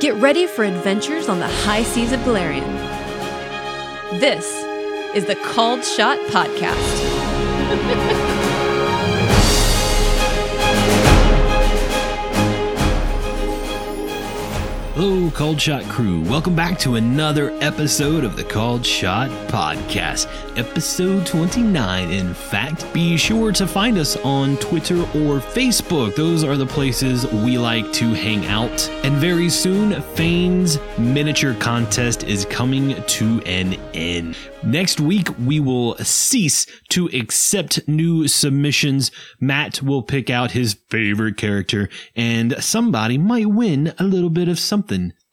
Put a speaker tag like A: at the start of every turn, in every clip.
A: Get ready for adventures on the high seas of Galarian. This is the Called Shot Podcast.
B: Hello, Cold Shot crew. Welcome back to another episode of the Cold Shot Podcast, episode 29. In fact, be sure to find us on Twitter or Facebook. Those are the places we like to hang out. And very soon, Fane's miniature contest is coming to an end. Next week, we will cease to accept new submissions. Matt will pick out his favorite character, and somebody might win a little bit of something.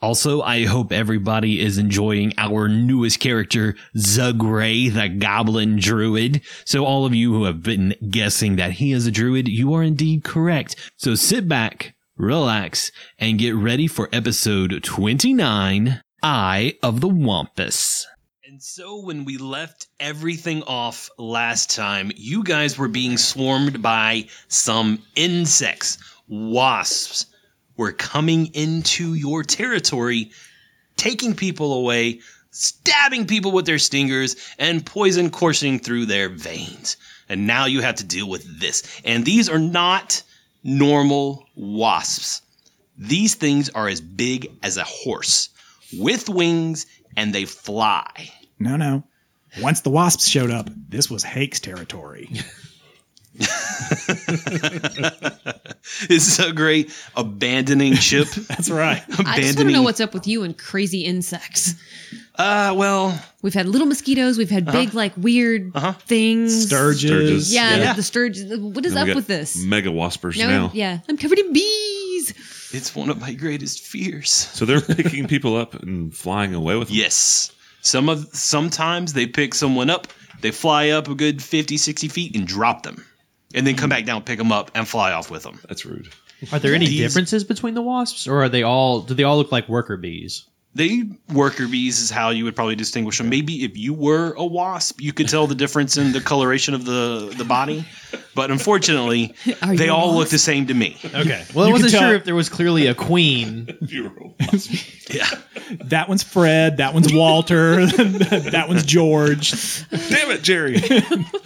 B: Also, I hope everybody is enjoying our newest character, Zugray, the Goblin Druid. So, all of you who have been guessing that he is a druid, you are indeed correct. So, sit back, relax, and get ready for episode 29 Eye of the Wampus. And so when we left everything off last time, you guys were being swarmed by some insects. Wasps were coming into your territory, taking people away, stabbing people with their stingers, and poison coursing through their veins. And now you have to deal with this. And these are not normal wasps. These things are as big as a horse with wings and they fly.
C: No, no. Once the wasps showed up, this was Hake's territory.
B: It's so great abandoning ship.
C: That's right.
D: I just want to know what's up with you and crazy insects.
B: uh well
D: We've had little mosquitoes. We've had big, like weird things.
C: Sturges.
E: Sturges.
D: Yeah,
B: Yeah.
D: The, the sturge. What is
E: And
D: up
E: we got
D: with this?
E: Mega waspers
D: No,
E: now.
D: yeah, I'm covered in bees.
B: it's one of my greatest fears.
E: So they're picking people up and flying away with them.
B: Yes. Some of sometimes they pick someone up, they fly up a good 50, 60 feet and drop them. And then
D: Hmm.
B: come back down, pick them up, and fly off with them.
E: That's rude.
F: Are there any
B: These-
F: differences between the wasps, or are they all? Do they all look like worker bees?
B: They worker bees is how you would probably distinguish them. Maybe if you were a wasp, you could tell the difference in the coloration of the, the body. But unfortunately,
D: Are
B: they
D: you a
B: all look
D: wasp?
B: the same to me.
C: Okay.
F: Well, I wasn't sure if there was clearly a queen.
B: Yeah.
C: that one's Fred. That one's Walter. that one's George.
E: Damn it, Jerry.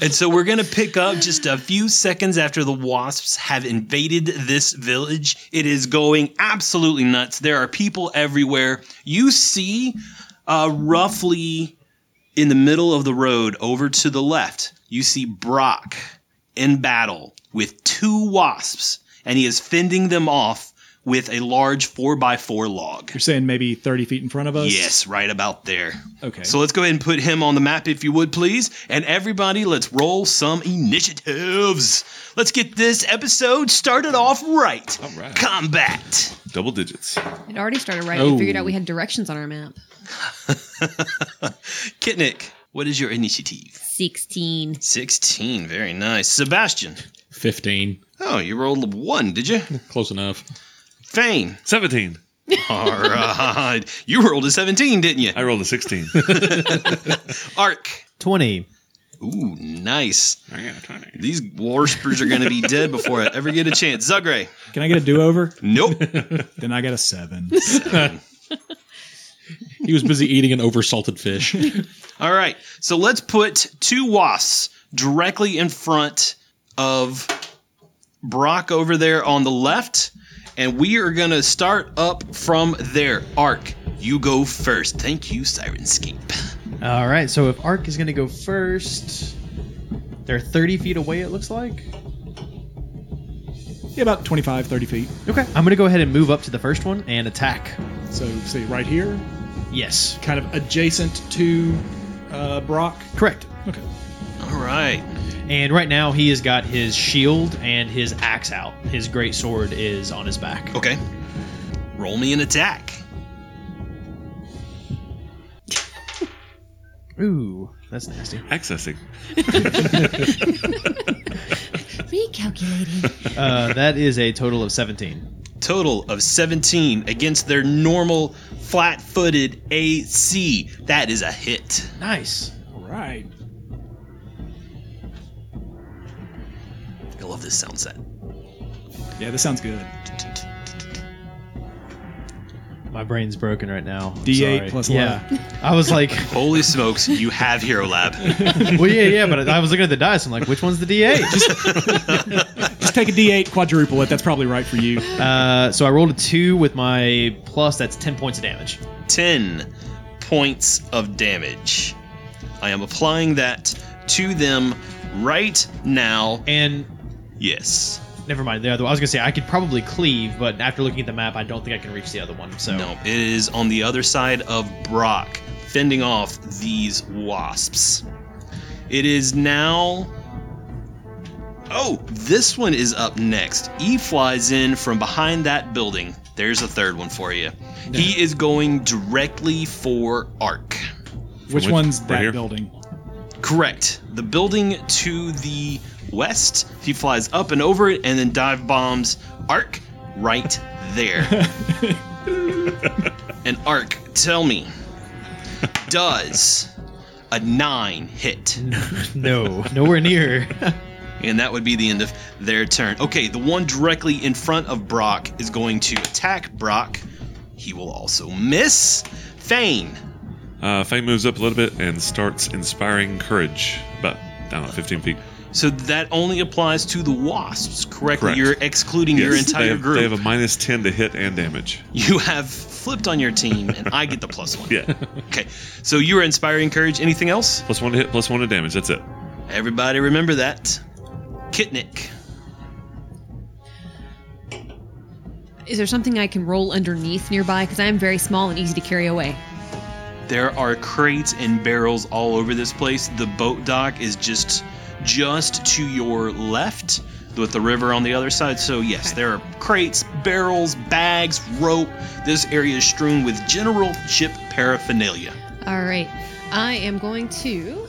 B: And so we're going to pick up just a few seconds after the wasps have invaded this village. It is going absolutely nuts. There are people everywhere. You see, uh, roughly in the middle of the road over to the left, you see Brock in battle with two wasps, and he is fending them off with a large 4x4 log.
C: You're saying maybe 30 feet in front of us?
B: Yes, right about there.
C: Okay.
B: So let's go ahead and put him on the map if you would, please. And everybody, let's roll some initiatives. Let's get this episode started off right.
E: All right.
B: Combat.
E: Double digits.
D: It already started right.
F: Oh.
D: We figured out we had directions on our map.
B: Kitnick, what is your initiative?
D: Sixteen.
B: 16. Very nice. Sebastian.
G: 15.
B: Oh, you rolled a one, did you?
G: Close enough.
B: Fane.
E: 17.
B: All right. You rolled a 17, didn't you?
E: I rolled a 16.
B: Ark.
F: Twenty.
B: Ooh, nice.
E: I got a 20.
B: These warspers are going to be dead before I ever get a chance. Zugray.
C: Can I get a do over?
B: Nope.
C: then I got a seven.
G: He was busy eating an oversalted fish.
B: All right. So let's put two wasps directly in front of Brock over there on the left. And we are going to start up from there. Ark, you go first. Thank you, Sirenscape.
F: All right. So if Ark is going to go first, they're thirty feet away. It looks like.
C: Yeah, about 25, 30 feet.
F: Okay. I'm going to go ahead and move up to the first one and attack.
C: So, say right here,
F: Yes.
C: kind of adjacent to uh, Brock.
F: Correct.
C: Okay.
B: All right.
F: And right now he has got his shield and his axe out. His great sword is on his back.
B: Okay. Roll me an attack.
F: Ooh, that's nasty.
E: Accessing.
D: Recalculating.
F: Uh, that is a total of seventeen.
B: Total of 17 against their normal flat footed AC. That is a hit.
F: Nice.
C: All right.
B: I love this sound set.
C: Yeah, this sounds good.
F: my brain's broken right now. I'm
C: D8
F: sorry.
C: plus
F: yeah. I was like,
B: Holy smokes, you have Hero Lab.
F: well, yeah, yeah, but I was looking at the dice. I'm like, which one's the D8?
C: Just take a D8 quadruple it. That's probably right for you.
F: Uh, so I rolled a two with my plus. That's ten points of damage.
B: 10 points of damage. I am applying that to them right now.
F: And
B: Yes.
F: never mind the other. I was gonna say I could probably cleave, but after looking at the map, I don't think I can reach the other one. So
B: No, it is on the other side of Brock, fending off these wasps. It is now. Oh, this one is up next. E flies in from behind that building. There's a third one for you. He is going directly for Ark.
C: Which
H: which-
C: one's
H: right
C: that
H: here?
C: building?
B: Correct. The building to the west. He flies up and over it and then dive bombs Ark right there. and Ark, tell me, does a nine hit?
F: no, nowhere near.
B: And that would be the end of their turn. Okay, the one directly in front of Brock is going to attack Brock. He will also miss. Fane.
E: Uh, Faye moves up a little bit and starts inspiring courage, about I don't know, 15 feet.
B: So that only applies to the wasps, correctly?
E: Correct.
B: You're excluding your
E: Yes,
B: entire
E: they have,
B: group.
E: They have a minus 10 to hit and damage.
B: You have flipped on your team, and I get the plus one.
E: Yeah.
B: Okay. So you are inspiring courage. Anything else?
E: plus one to hit, plus one to damage. That's it.
B: Everybody remember that. Kitnik.
I: Is there something I can roll underneath nearby? Because I am very small and easy to carry away.
B: There are crates and barrels all over this place. The boat dock is just just to your left with the river on the other side. So yes, there are crates, barrels, bags, rope. This area is strewn with general ship paraphernalia.
I: All right. I am going to.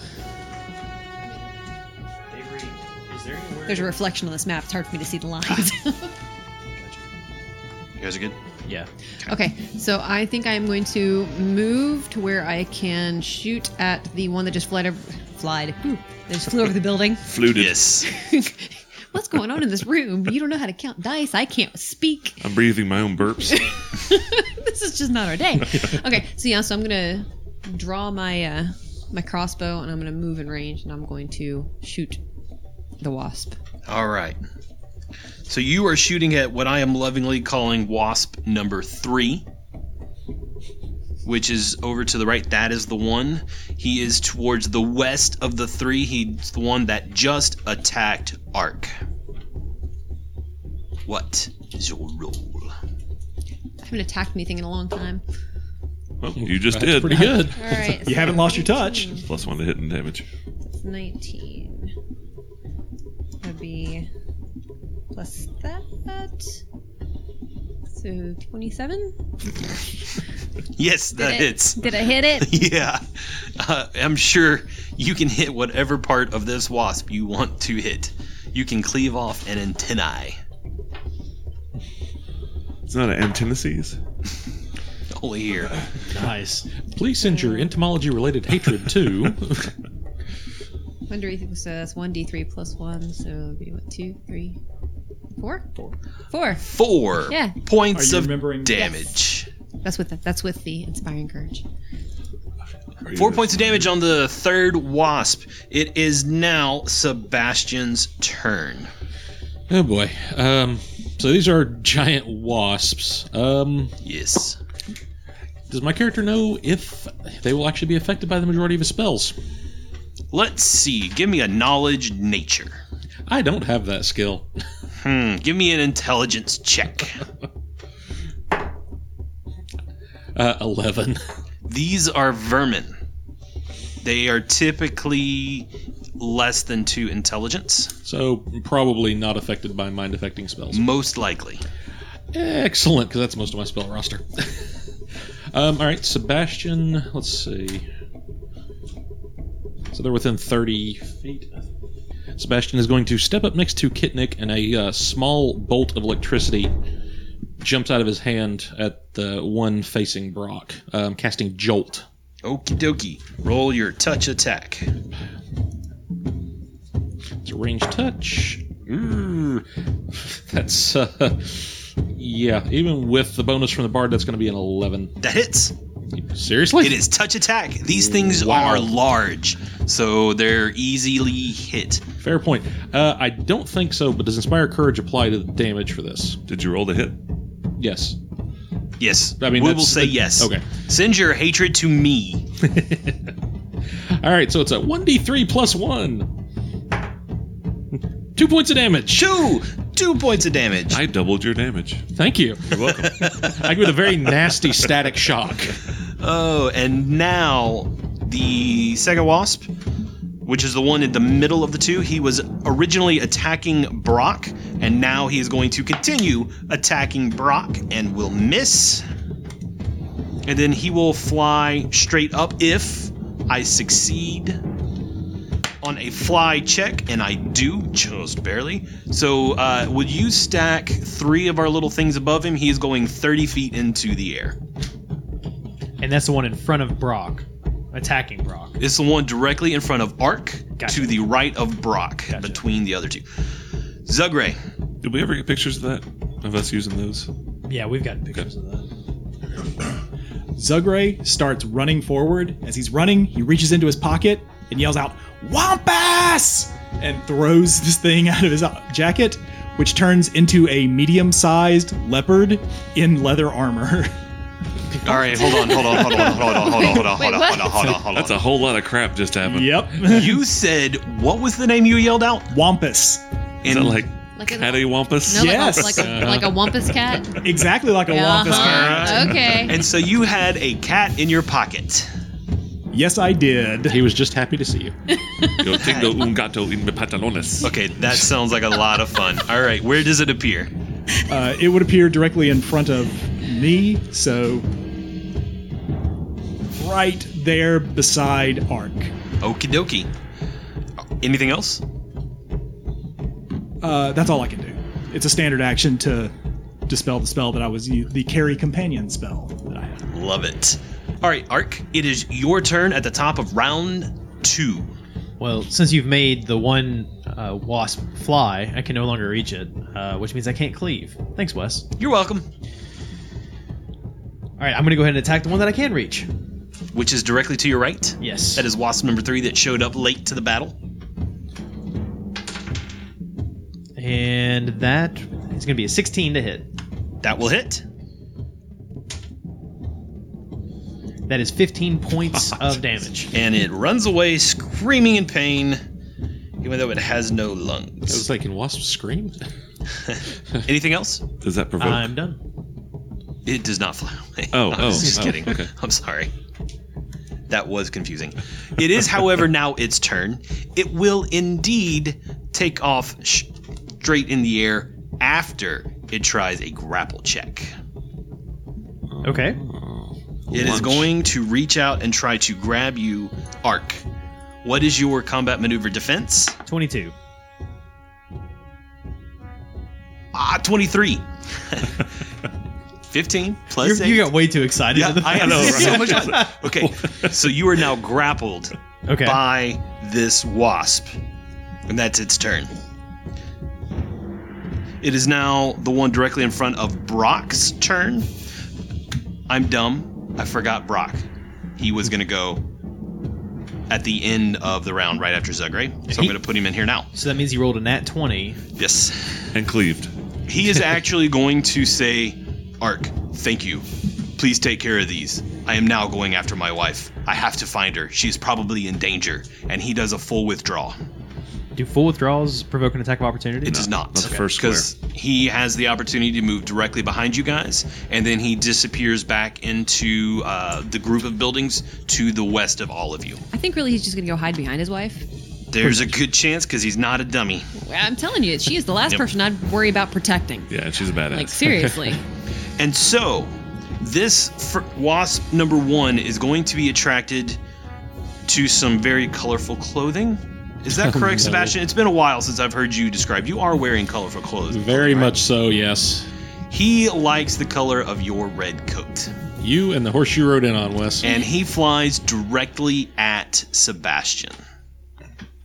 I: There's a reflection on this map. It's hard for me to see the lines.
B: You guys are good?
F: yeah.
I: okay, so I think I am going to move to where I can shoot at the one that just flied over. Flied. Ooh, they just flew over the building.
E: Fluted.
B: Yes.
I: What's going on in this room? You don't know how to count dice. I can't speak.
E: I'm breathing my own burps.
I: this is just not our day. Okay, so yeah, so I'm gonna draw my uh, my crossbow and I'm gonna move in range and I'm going to shoot the wasp.
B: All right. So you are shooting at what I am lovingly calling wasp number three, which is over to the right. That is the one. He is towards the west of the three. He's the one that just attacked Ark. What is your role?
I: I haven't attacked anything in a long time.
E: well, you just
H: That's
E: did.
H: pretty good.
I: All right,
C: You haven't lost your touch.
E: Plus one to hit and damage.
I: it's 19. That'd be plus that. So 27.
B: Yes, that
I: it.
B: hits.
I: Did I hit it?
B: Yeah. Uh, I'm sure you can hit whatever part of this wasp you want to hit. You can cleave off an antennae.
E: It's not an antithesis.
B: Only here.
F: Nice.
H: Please send your entomology related hatred too.
I: Wonder you think so. uh, That's 1d3 plus 1, so it'd be what, 2, 3, 4? 4. 4.
B: four
I: Yeah.
B: points
C: Are you
B: of
C: remembering-
B: damage.
I: That's with the, that's with the inspiring courage.
B: Four points of damage on the third wasp. It is now Sebastian's turn.
H: oh boy. Um, so these are giant wasps. Um,
B: Yes.
H: does my character know if they will actually be affected by the majority of his spells?
B: Let's see. Give me a knowledge nature.
H: I don't have that skill.
B: Hmm. Give me an intelligence check.
H: Uh, Eleven.
B: These are vermin. They are typically less than two intelligence,
H: So probably not affected by mind affecting spells.
B: most likely.
H: Excellent, because that's most of my spell roster. um, all right, Sebastian. Let's see. So they're within 30 feet. Sebastian is going to step up next to Kitnik, and a uh, small bolt of electricity jumps out of his hand at the one facing Brock, um, casting Jolt.
B: Okie dokie. Roll your touch attack.
H: It's a range touch. "Urgh." That's uh, yeah. Even with the bonus from the bard, that's going to be an eleven.
B: That hits.
H: Seriously,
B: It is touch attack. These things
H: Wow.
B: are large, so they're easily hit.
H: fair point. Uh, I don't think so, but does inspire courage apply to the damage for this?
E: Did you roll to hit?
H: Yes.
B: Yes.
H: I mean,
B: we
H: that's
B: will say
H: the-
B: yes.
H: okay.
B: Send your hatred to me.
H: All right, so it's a one d three plus one. Two points of damage.
B: Two. Two points of damage.
E: I doubled your damage.
H: Thank you. You're welcome. I give it a very nasty static shock.
B: Oh, and now the Sega Wasp, which is the one in the middle of the two, he was originally attacking Brock, and now he is going to continue attacking Brock and will miss. And then he will fly straight up if I succeed on a fly check, and I do, just barely. So, uh, would you stack three of our little things above him? He is going 30 feet into the air.
F: And that's the one in front of Brock, attacking Brock.
B: It's the one directly in front of Ark
F: Gotcha.
B: to the right of Brock between the other two. Zugray.
E: Did we ever get pictures of that? Of us using those?
F: Yeah, we've got pictures of that.
C: Zugray starts running forward. As he's running, he reaches into his pocket and yells out, Wampus! And throws this thing out of his uh, jacket, which turns into a medium sized leopard in leather armor.
B: All right, hold on, hold on, hold on, hold on, hold on, hold on, Oh, hold
I: Wait,
B: on, hold
I: what?
B: on, hold on, hold on.
E: That's a whole lot of crap just happened.
C: yep.
B: You said what was the name you yelled out?
C: Wampus.
E: Is that like
I: Like a-
E: cattywampus?
I: No,
C: Yes.
I: like, a, like, a, like a wampus cat.
C: Exactly like a wampus
I: Uh-huh.
C: cat.
I: Okay.
B: and so you had a cat in your pocket.
C: Yes, I did.
H: He was just happy to see you.
E: Yo tengo un gato en mi pantalones.
B: Okay, that sounds like a lot of fun. All right, where does it appear?
C: Uh, it would appear directly in front of me, so right there beside Ark.
B: Okie dokie. Anything else?
C: Uh, that's all I can do. It's a standard action to dispel the spell that I was u- the carry companion spell that I had.
B: Love it. All right, Ark, it is your turn at the top of round two.
F: Well, since you've made the one uh, wasp fly, I can no longer reach it, uh, which means I can't cleave. Thanks, Wes.
B: You're welcome.
F: All right, I'm going to go ahead and attack the one that I can reach.
B: Which is directly to your right.
F: Yes.
B: That is wasp number three that showed up late to the battle.
F: And that is going to be a 16 to hit.
B: That will hit.
F: That is 15 points of damage.
B: And it runs away screaming in pain, even though it has no
H: I was
B: lungs.
H: like, can wasps scream?
B: Anything else?
E: Does that provoke?
F: I'm done.
B: It does not fly away.
E: Oh,
B: I was
E: oh,
B: just
E: oh,
B: kidding.
E: okay.
B: I'm sorry. That was confusing. It is, however, now its turn. It will indeed take off sh- straight in the air after it tries a grapple check.
F: Okay.
B: It is
E: Lunch.
B: going to reach out and try to grab you, Ark. What is your combat maneuver defense?
F: 22.
B: Ah, 23. 15 plus
F: You're,
B: eight.
F: you got way too excited.
B: yeah, I am
E: right?
B: so much. Okay, so you are now grappled
F: Okay.
B: by this wasp, and that's its turn. It is now the one directly in front of Brock's turn. I'm dumb. I forgot Brock. He was gonna go at the end of the round, right after Zugray. So I'm
F: He-
B: gonna put him in here now.
F: So that means you rolled a nat 20.
B: Yes.
E: And cleaved.
B: He is actually going to say, Ark, thank you. Please take care of these. I am now going after my wife. I have to find her. She is probably in danger. And he does a full withdrawal.
F: Do full withdrawals provoke an attack of opportunity?
B: It does not.
E: that's the first
B: Because he has the opportunity to move directly behind you guys, and then he disappears back into uh, the group of buildings to the west of all of you.
I: I think really he's just gonna go hide behind his wife.
B: There's a good chance because he's not a dummy.
I: I'm telling you, she is the last
B: Yep.
I: person I'd worry about protecting.
E: Yeah, she's a badass.
I: Like seriously.
B: And so, this fr- wasp number one is going to be attracted to some very colorful clothing. Is that correct, Sebastian? It's been a while since I've heard you describe. You are wearing colorful clothes.
H: Very
B: right?
H: much so, yes.
B: He likes the color of your red coat.
H: You and the horse you rode in on, Wes.
B: And he flies directly at Sebastian.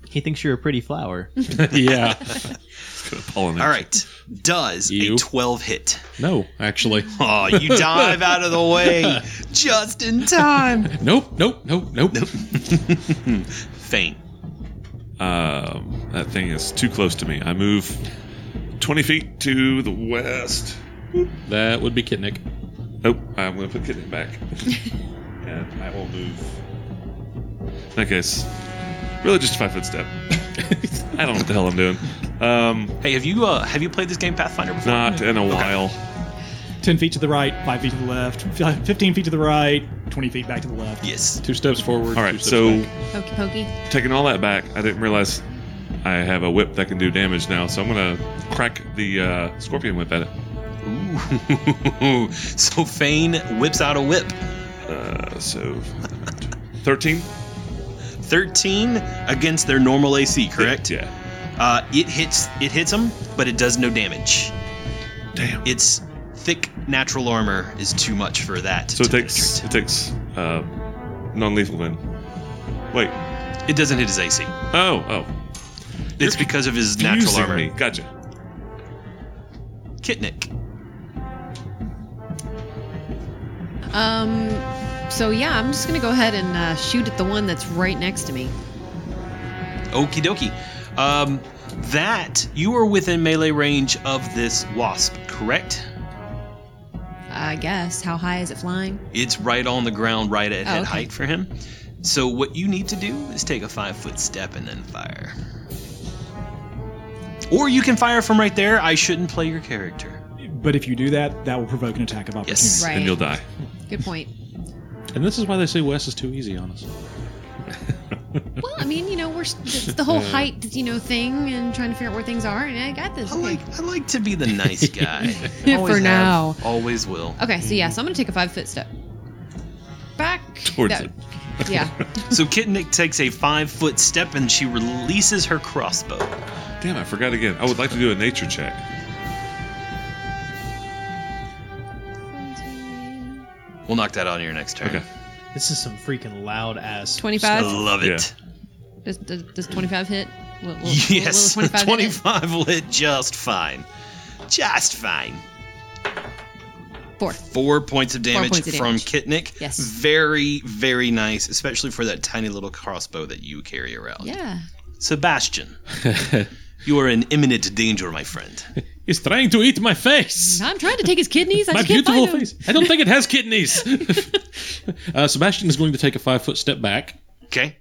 F: He thinks you're a pretty flower.
H: yeah.
E: Could have pollination.
B: All right. Does a
H: You.
B: 12 hit?
H: No, actually.
B: Oh, you dive out of the way just in time.
H: Nope, nope, nope, nope.
B: Faint.
E: Um, that thing is too close to me. I move 20 feet to the west.
H: That would be Kitnick.
E: Nope, I'm going to put Kitten back. and I will move. In that case, really just a five foot step. I don't know what the hell I'm doing. Um,
B: Hey, have you uh, have you played this game Pathfinder before?
E: not in a while.
C: 10 feet to the right, 5 feet to the left, 15 feet to the right, 20 feet back to the left.
B: Yes.
H: Two steps forward.
E: All
H: two
E: right,
H: steps
E: so
H: back.
I: Pokey pokey.
E: taking all that back, I didn't realize I have a whip that can do damage now, so I'm going to crack the uh, scorpion whip at it.
B: Ooh. so Fane whips out a whip.
E: Uh, so 13?
B: 13 against their normal AC, correct?
E: Yeah.
B: Uh, it hits it hits them, but it does no damage.
E: Damn.
B: Its thick natural armor is too much for that.
E: So it
B: to
E: takes it
B: penetrate.
E: takes uh, non-lethal then. Wait.
B: It doesn't hit his AC.
E: Oh oh.
B: It's because of his natural
E: Using
B: armor.
E: me. Gotcha.
B: Kitnik.
I: Um. So yeah, I'm just gonna go ahead and uh, shoot at the one that's right next to me.
B: Okie dokie. Um, that you are within melee range of this wasp, correct?
I: I guess. How high is it flying?
B: It's right on the ground, right at
I: Oh,
B: head
I: okay.
B: height for him. So what you need to do is take a five foot step and then fire. Or you can fire from right there. I shouldn't play your character.
C: But if you do that, that will provoke an attack of opportunity.
B: Yes.
I: Right.
E: And you'll die.
I: Good point.
H: And this is why they say Wes is too easy on us.
I: Well, I mean, you know, we're it's the
C: Uh.
I: whole height, you know, thing, and trying to figure out where things are, and I got this.
B: I like I like to be the nice guy.
I: For
B: Always have,
I: now.
B: always will.
I: Okay, so yeah, so I'm
B: Mm.
I: gonna take a five foot step back
E: Towards
I: That-
E: it.
I: Yeah.
B: So Kitnik takes a five foot step and she releases her crossbow.
E: Damn, I forgot again. I would like to do a nature check.
B: We'll knock that on your next turn.
E: Okay.
F: This is some freaking loud ass.
B: I
I: 25.
B: love it.
I: does, does, does 25 hit? Will- will- will- will
B: Yes,
I: 25 hit it?
B: 25 will hit just fine. Just fine.
I: Four.
B: Four points of damage
I: points of
B: from
I: damage.
B: Kitnik.
I: Yes.
B: Very, very nice, especially for that tiny little crossbow that you carry around.
I: Yeah.
B: Sebastian, you are in imminent danger, my friend.
H: He's trying to eat my face.
I: I'm trying to take his kidneys. I
H: my
I: just can't
H: beautiful
I: find them.
H: face. I don't think it has kidneys. uh, Sebastian is going to take a five foot step back.
B: Okay.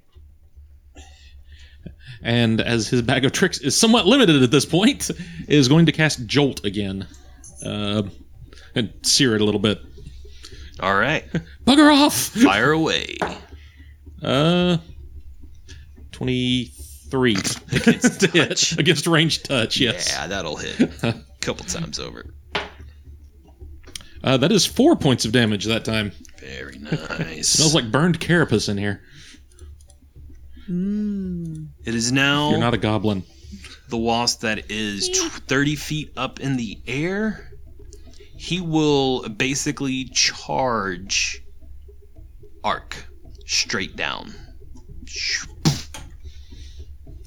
H: and as his bag of tricks is somewhat limited at this point, is going to cast Jolt again, uh, and sear it a little bit.
B: All right.
H: Bugger off!
B: Fire away.
H: Uh, twenty-three against
B: touch.
H: against range touch. Yes,
B: Yeah, that'll hit. A couple times over.
H: uh, that is four points of damage that time.
B: Very nice.
H: Smells like burned carapace in here.
B: it is now
H: You're not a goblin.
B: the wasp that is tw- 30 feet up in the air, he will basically charge arc straight down.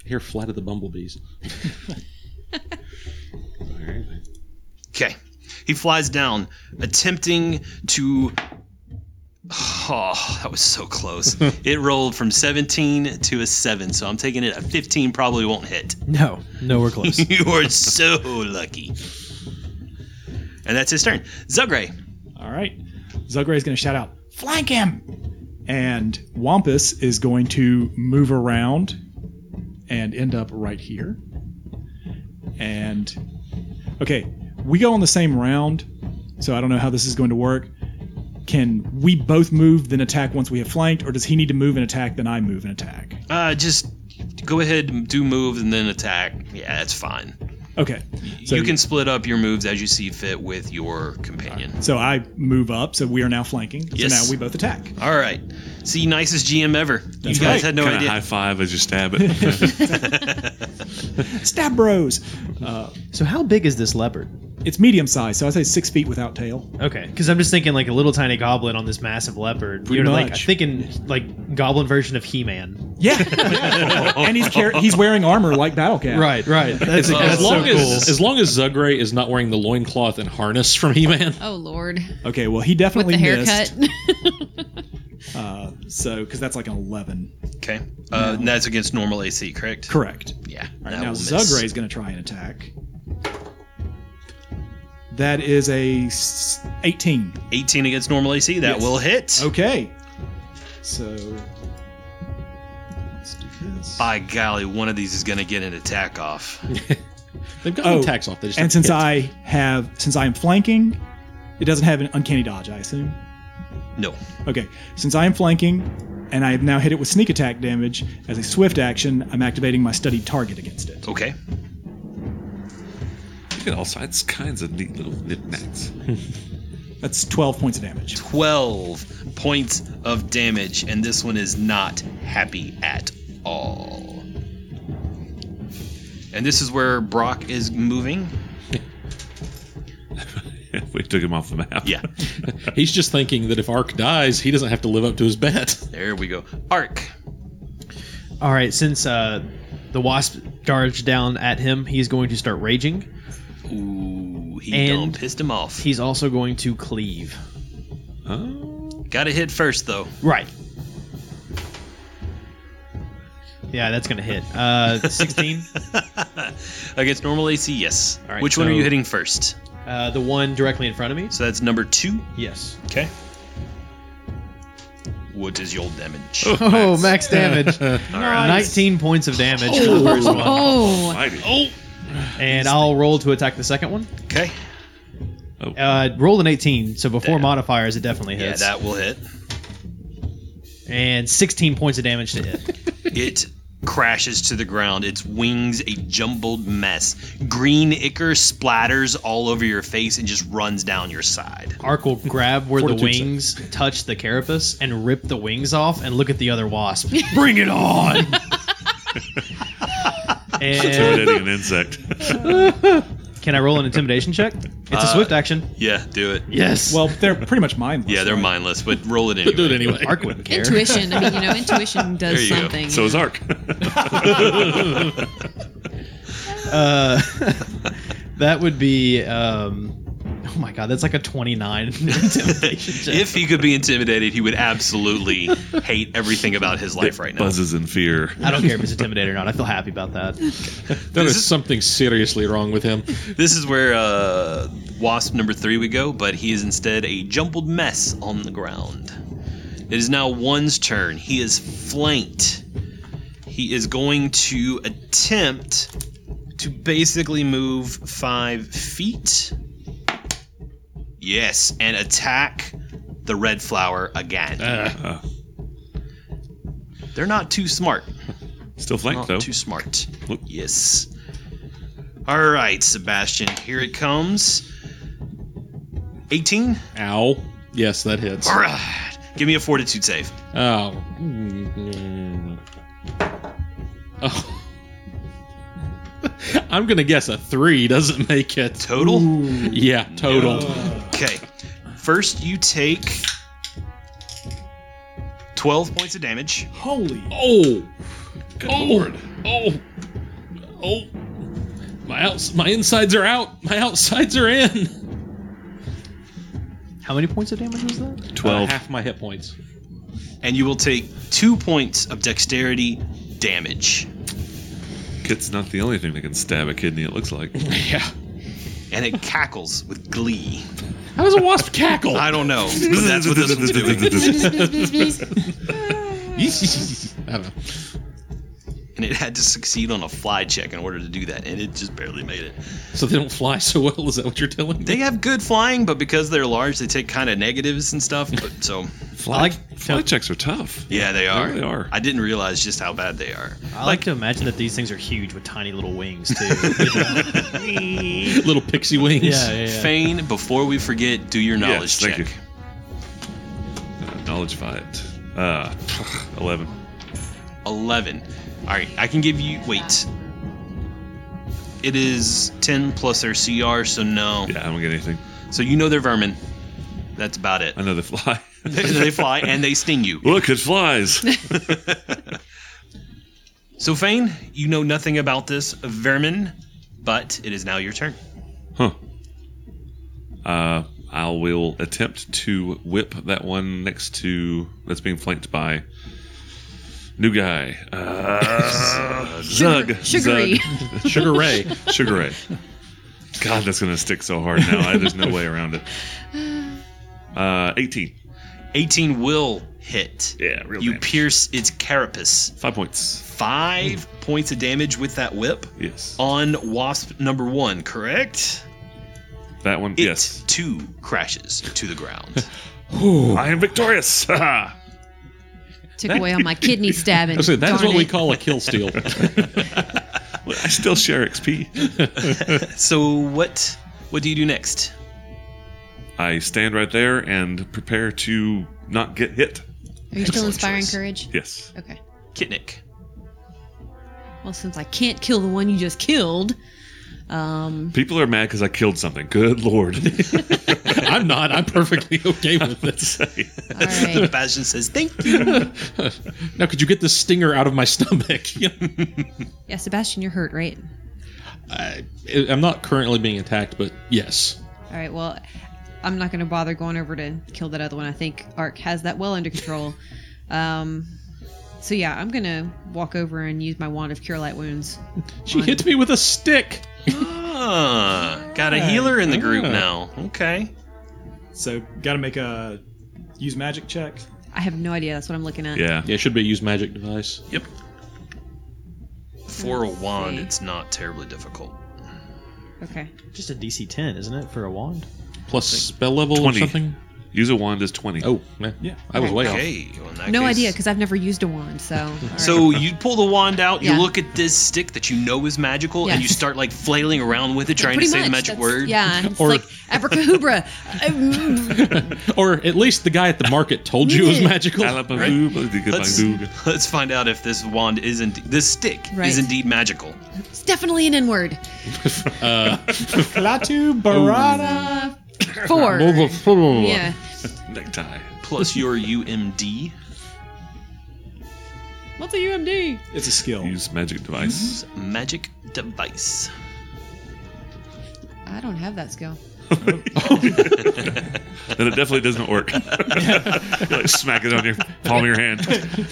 H: Here, flight of the bumblebees.
B: Okay. He flies down, attempting to. Oh, that was so close. it rolled from 17 to a 7, so I'm taking it at 15, probably won't hit.
F: No, nowhere close.
B: You are so lucky. And that's his turn. Zugray.
C: All right. Zugray's going to shout out, flank him! And Wampus is going to move around and end up right here. And, okay, we go on the same round, so I don't know how this is going to work. Can we both move, then attack once we have flanked, or does he need to move and attack, then I move and attack?
B: Uh, just go ahead, do move, and then attack. Yeah, that's fine.
C: Okay.
B: you can split up your moves as you see fit with your companion.
C: So I move up, so we are now flanking. So
B: Yes.
C: now we both attack.
B: All right. See, nicest GM ever. you guys
C: right.
B: had no
E: kind of
B: idea.
E: high five as you stab it.
C: Stab bros!
F: so how big is this leopard?
C: It's medium size, so I say six feet without tail.
F: Okay, because I'm just thinking like a little tiny goblin on this massive leopard.
C: Pretty
F: you know, like I'm
C: much.
F: thinking like goblin version of He-Man.
C: Yeah, and he's car- he's wearing armor like Battlecat.
F: Right, right. That's,
H: As,
F: Oh, that's
H: as
F: so
H: long
F: cool.
H: as, as long as Zugray is not wearing the loincloth and harness from He-Man,
I: Oh lord,
C: Okay, well he
I: with
C: definitely
I: the
C: missed.
I: haircut.
C: Uh, so because that's like an eleven.
B: Okay. Uh, and That's against normal AC, correct?
C: Correct.
B: Yeah.
C: All right,
B: that
C: now
B: will miss.
C: Zugray's going to try and attack. That is a s- 18.
B: 18 against normal AC. That
C: Yes. Oh.
B: will hit.
C: Okay. So let's do this.
B: By golly, one of these is going to get an attack off.
H: they've got
C: Oh,
H: attacks off. They just
C: And
H: haven't
C: since I
H: hit.
C: have since I am flanking, it doesn't have an uncanny dodge, I assume.
B: No.
C: Okay. Since I am flanking and I have now hit it with sneak attack damage as a swift action, I'm activating my studied target against it.
B: Okay.
E: You get all sides, kinds of neat little knickknacks.
C: That's 12 points of damage.
B: 12 points of damage, and this one is not happy at all. And this is where Brock is moving.
E: we took him off the map.
B: Yeah.
H: he's just thinking that if Ark dies, he doesn't have to live up to his bet.
B: There we go. Arc.
F: All right, since uh, the wasp charged down at him, he's going to start raging.
B: Ooh, he done
F: And-
B: pissed him off. He
F: He's also going to cleave.
C: Oh.
B: got to hit first, though.
F: Right. Yeah, that's gonna hit. Uh, 16.
B: Against normal AC, yes.
F: All right,
B: Which one are
F: so-
B: you hitting first?
F: uh, the one directly in front of me.
B: So that's number two.
F: Yes.
B: Okay. What is your damage?
F: Oh, max damage. 19 points of damage for the first one.
I: oh,
E: Mighty.
F: And I'll roll to attack the second one.
B: Okay.
F: Uh, rolled an 18, so before
B: Damn.
F: modifiers, it definitely
B: Yeah,
F: hits.
B: that will hit.
F: and 16 points of damage to it.
B: It crashes to the ground, its wings a jumbled mess. Green ichor splatters all over your face and just runs down your side.
F: Ark will grab where the
H: Fortitude
F: wings touch the carapace and rip the wings off and look at the other wasp. Bring it on! and
E: Intimidating an insect.
F: can I roll an intimidation check? It's a
B: Uh,
F: swift action.
B: Yeah, do it.
F: Yes.
C: Well, they're pretty much mindless.
B: Yeah, they're
C: right?
B: mindless, but roll it
H: Do it
B: anyway.
H: anyway.
F: Ark wouldn't care.
I: intuition. I mean, you know, intuition
B: There
I: does
B: you go.
I: something.
E: so is Ark.
F: Uh, that would be. Um, oh my god, that's like a 29 intimidation check.
B: If he could be intimidated, he would absolutely hate everything about his life right now.
E: Buzzes in fear.
F: I don't care if it's intimidated or not. I feel happy about that.
H: There is something seriously wrong with him.
B: This is where uh, wasp number three would go, but he is instead a jumbled mess on the ground. It is now one's turn. He is flanked. He is going to attempt to basically move five feet. Yes, and attack the red flower again.
E: Uh,
B: They're not too smart.
E: still flanked, though.
B: Not too smart.
E: Look.
B: Yes. All right, Sebastian. Here it comes. 18.
H: Ow. Yes, that hits.
B: All right. Give me a fortitude save.
H: Oh. Mm. oh. I'm gonna guess a three doesn't make it.
B: Total.
H: Yeah, total.
B: Okay. First, you take 12 points of damage.
C: Holy.
H: Oh, good oh. lord. Oh, oh. My outs, my insides are out. My outsides are in.
F: How many points of damage was that?
H: Twelve. half my hit points.
B: And you will take two points of dexterity damage.
E: Kit's not the only thing that can stab a kidney, it looks like.
H: Yeah.
B: And it cackles with glee.
H: How does a wasp cackle?
B: I don't know, but that's what this one's doing.
H: I don't know.
B: And it had to succeed on a fly check in order to do that, and it just barely made it.
H: So they don't fly so well. Is that what you're telling me?
B: They have good flying, but because they're large, they take kind of negatives and stuff. But so,
H: fly.
E: Fly checks are tough.
B: yeah, they are.
E: really are.
B: I didn't realize just how bad they are.
F: I like to imagine that these things are huge with tiny little wings too.
H: little pixie wings.
B: Fane, before we forget, do your knowledge
E: Yes,
B: check.
E: thank Uh, knowledge fight. Uh, 11.
B: Eleven. All right, I can give you. Wait. It is 10 plus their CR, so no.
E: Yeah, I don't get anything.
B: So you know they're vermin. That's about it.
E: I know the fly.
B: they fly and they sting you.
E: Look, it flies.
B: So, Fane, you know nothing about this vermin, but it is now your turn.
E: Huh. Uh, I will attempt to whip that one next to that's being flanked by new guy. Uh, Zug.
I: Sugary.
E: Zug. Sugar Ray. Sugar Ray. God, that's gonna stick so hard now. I, there's no way around it. Uh, 18.
B: 18 will hit.
E: Yeah, real
B: you
E: damage.
B: pierce its carapace.
E: Five points.
B: Five
E: Hmm.
B: points of damage with that whip
E: Yes.
B: on wasp number one, correct?
E: That one.
B: It
E: yes.
B: too crashes to the ground.
E: I am victorious. Ha!
I: Took away all my kidney stabbing.
H: So that's
I: Darn
H: what we
I: it.
H: call a kill steal.
E: I still share XP.
B: so, what what do you do next?
E: I stand right there and prepare to not get hit.
I: Are you
B: Excellent
I: still inspiring
B: choice.
I: courage?
E: Yes.
I: Okay.
B: Kitnik.
I: Well, since I can't kill the one you just killed, um,
E: People are mad because I killed something. Good lord.
H: I'm not. I'm perfectly okay with this.
I: all right.
B: Bastion says, Thank you.
H: Now, could you get the stinger out of my stomach? You know,
I: Yeah, Sebastian, you're hurt, right?
H: I, I'm not currently being attacked, but yes.
I: All right. Well, I'm not going to bother going over to kill that other one. I think Ark has that well under control. um, so yeah, I'm going to walk over and use my wand of cure light wounds.
H: She hit me with a stick.
B: Ah, got a healer in the group
E: Hmm.
H: Ah.
B: now. Okay.
C: So, got to make a use magic check.
I: I have no idea. That's what I'm looking at.
E: yeah.
H: Yeah, it should be a use magic device.
B: Yep. For a wand,
I: see.
B: it's not terribly difficult.
I: Okay.
F: Just a DC 10, isn't it, for a wand?
H: Plus spell level
E: 20.
H: or something.
E: Use a wand is 20.
H: Oh, man.
C: Yeah.
H: I was way off.
B: Okay. well, in that
I: No
B: case-
I: idea because I've never used a wand. So. all right.
B: So you pull the wand out, you
I: Yeah.
B: look at this stick that you know is magical, and you
I: Yes.
B: start like flailing around with it, trying to
I: Pretty
B: say the
I: much,
B: magic
I: that's-
B: word.
I: Yeah. It's
H: Or-
I: like abracahubra. Um,
H: or at least the guy at the market told you it was magical.
B: Let's, let's find out if this wand is indeed this stick
I: Right.
B: is indeed magical.
I: it's definitely an N word.
H: Uh,
C: Klaatu Barada.
I: Uh, four. yeah.
E: Necktie.
B: Plus your UMD
I: What's a UMD?
C: It's a skill.
E: Use magic device.
B: magic device.
I: I don't have that skill.
H: Mm-hmm.
E: then it definitely doesn't work. you like smack it on your palm of your hand.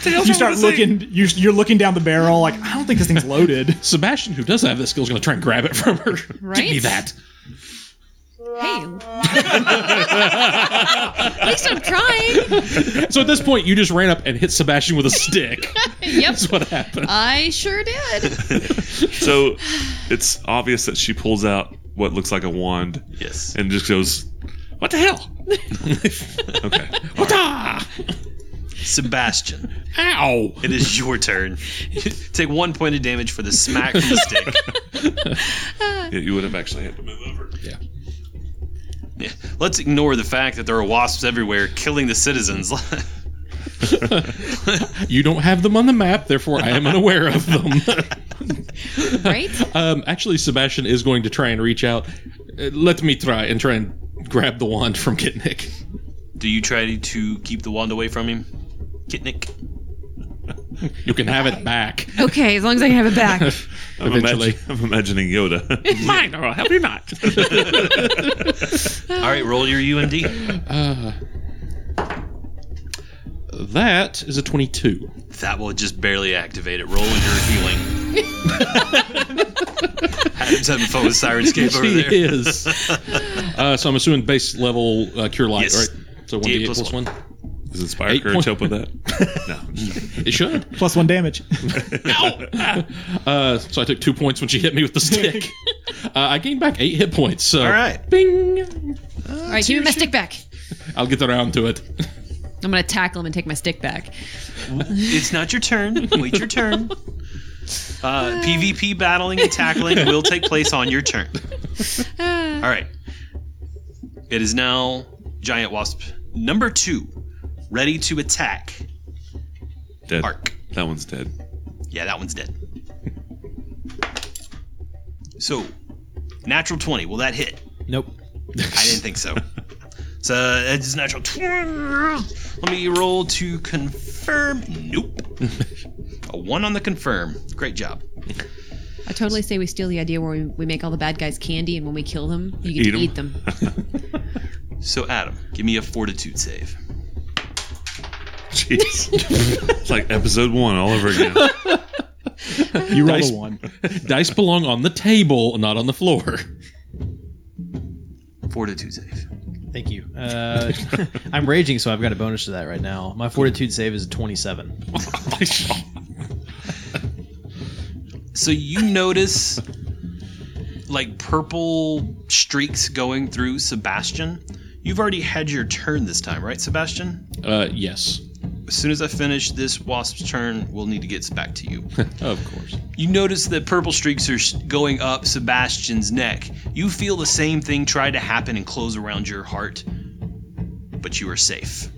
C: You start looking. You're, you're looking down the barrel. Like I don't think this thing's loaded.
H: Sebastian, who does have this skill, is going to try and grab it from her. Give me
I: Right?
H: that.
I: Hey. At least I'm trying.
H: So at this point, you just ran up and hit Sebastian with a stick.
I: Yep.
H: That's what
E: Uh,
H: happened.
I: I sure did.
E: So it's obvious that she pulls out what looks like a wand
B: Yes.
E: and just goes, What the hell? okay.
H: Ah!
B: Sebastian,
H: Ow!
B: it is your turn. Take one point of damage for the smack from the stick.
E: Yeah, you would have actually had to move over.
B: Yeah. Let's ignore the fact that there are wasps everywhere killing the citizens.
H: You don't have them on the map, therefore I am unaware of them.
I: Right?
H: um, actually, Sebastian is going to try and reach out. Uh, let me try and try and grab the wand from Kitnik.
B: Do you try to keep the wand away from him? Kitnik?
H: You can have it back.
I: Okay, as long as I can have it back.
E: I'm,
H: Eventually.
E: imagine- I'm imagining Yoda. Mine, or I'll help you not.
I: Uh,
B: All right, roll your UMD.
H: Uh, that is a 22.
B: That will just barely activate it. Roll your healing. Adam's having fun with Sirenscape over
H: she
B: there.
H: is. uh, so I'm assuming base level uh, cure light,
B: Yes.
H: right? So 1d8 plus, plus 1.
E: Does Inspire
H: Eight
E: Courage
H: point-
E: help with that? No. I'm just kidding.
H: It should.
C: Plus one damage.
H: Uh, so I took two points when she hit me with the stick. uh, I gained back eight hit points. So
B: All right.
H: bing.
I: All right, give me my stick back.
H: I'll get around to it.
I: I'm going to tackle him and take my stick back.
B: It's not your turn. Wait your turn. Uh, PvP battling and tackling will take place on your turn. All right. It is now Giant Wasp number two, ready to attack.
E: Dead.
B: Arc.
E: That one's dead.
B: Yeah, that one's dead. So, natural 20. Will that hit?
F: Nope.
B: I didn't think so. so, it's natural 20. Let me roll to confirm. Nope. A one on the confirm. Great job.
I: I totally say we steal the idea where we, we make all the bad guys candy, and when we kill them, you
E: Eat
I: get
E: 'em.
I: to eat them.
B: So, Adam, give me a fortitude save.
E: Jeez. it's like episode one all over again.
C: You roll
H: Nice.
C: a one.
H: Dice belong on the table, not on the floor.
B: Fortitude save.
F: Thank you. Uh, I'm raging, so I've got a bonus to that right now. My fortitude save is 27.
B: So you notice like purple streaks going through Sebastian. You've already had your turn this time, right, Sebastian?
H: Uh, yes,
B: As soon as I finish this wasp's turn, we'll need to get back to you.
H: of course.
B: you notice the purple streaks are s- going up Sebastian's neck. You feel the same thing try to happen and close around your heart, but you are safe.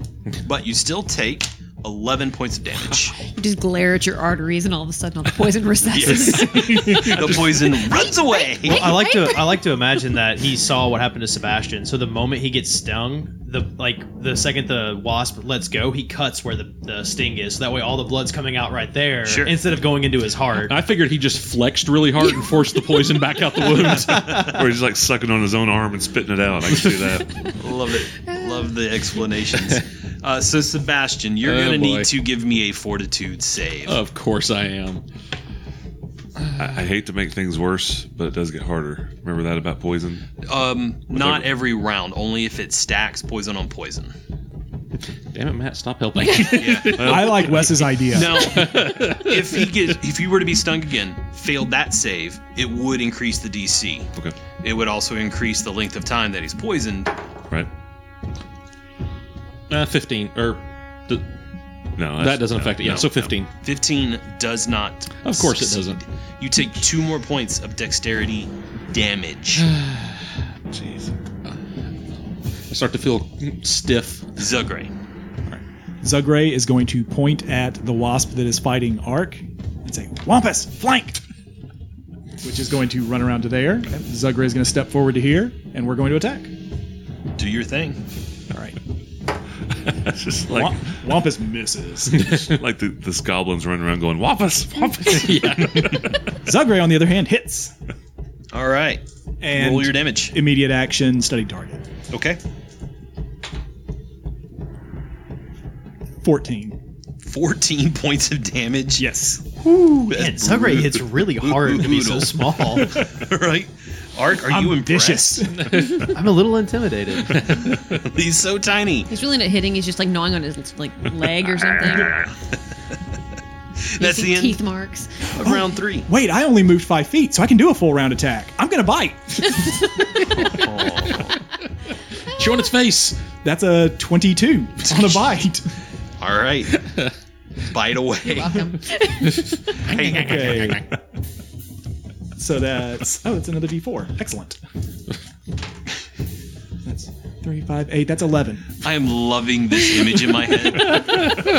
B: but you still take 11 points of damage.
I: You just glare at your arteries, and all of a sudden, all the poison recesses.
B: the poison runs away.
F: Well, I like to I like to imagine that he saw what happened to Sebastian. So the moment he gets stung, the like the second the wasp lets go, he cuts where the, the sting is. So that way all the blood's coming out right there
B: Sure.
F: instead of going into his heart.
H: I figured he just flexed really hard and forced the poison back out the wound.
E: Or he's like sucking on his own arm and spitting it out. I can see that.
B: Love it. Love the explanations. Uh, so, Sebastian, you're
H: Oh,
B: going to
H: boy. Oh.
B: need to give me a fortitude save.
H: of course I am.
E: I, I hate to make things worse, but it does get harder. Remember that about poison?
B: um, not every round, only if it stacks poison on poison.
H: Damn it, Matt, stop helping.
C: I like Wes's idea.
B: Now, if he gets, if you were to be stung again, failed that save, it would increase the DC.
E: Okay.
B: It would also increase the length of time that he's poisoned.
E: Right?
H: uh, 15, or th-
E: No.
H: that doesn't affect it. Yeah,
B: no,
H: so
B: no.
H: 15.
B: 15 does not.
H: Of course it
B: succeed.
H: doesn't.
B: You take two more points of dexterity damage.
H: I start to feel stiff.
B: Zugray.
C: Zugray is going to point at the wasp that is fighting Ark and say, Wampus, flank! Which is going to run around to there. Zugray is going to step forward to here, and we're going to attack.
B: Do your thing.
C: All right.
E: That's just like
C: Wamp- Wampus misses.
E: like the, this goblin's running around going, Wampus, Wampus.
C: Zugray, on the other hand, hits.
B: All right.
C: And
B: Roll your damage.
C: immediate action, study target.
B: Okay.
C: 14.
B: 14 points of damage.
C: Yes.
F: Man, Sugray hits really hard to be so small.
B: right? Art, are you
C: Ambitious.
B: impressed?
F: I'm a little intimidated.
B: He's so tiny.
I: he's really not hitting; he's just like gnawing on his like leg or something. You
B: That's
I: see
B: the
I: teeth
B: end
I: marks.
B: of round three.
C: Wait, I only moved five feet, so I can do a full round attack. I'm going to bite.
H: Chew on its face.
C: That's a 22 on a bite.
B: All right. Bite away.
I: Welcome.
C: Okay. so that's oh, it's another D4. Excellent. That's three, five, eight. That's eleven.
B: I am loving this image in my head.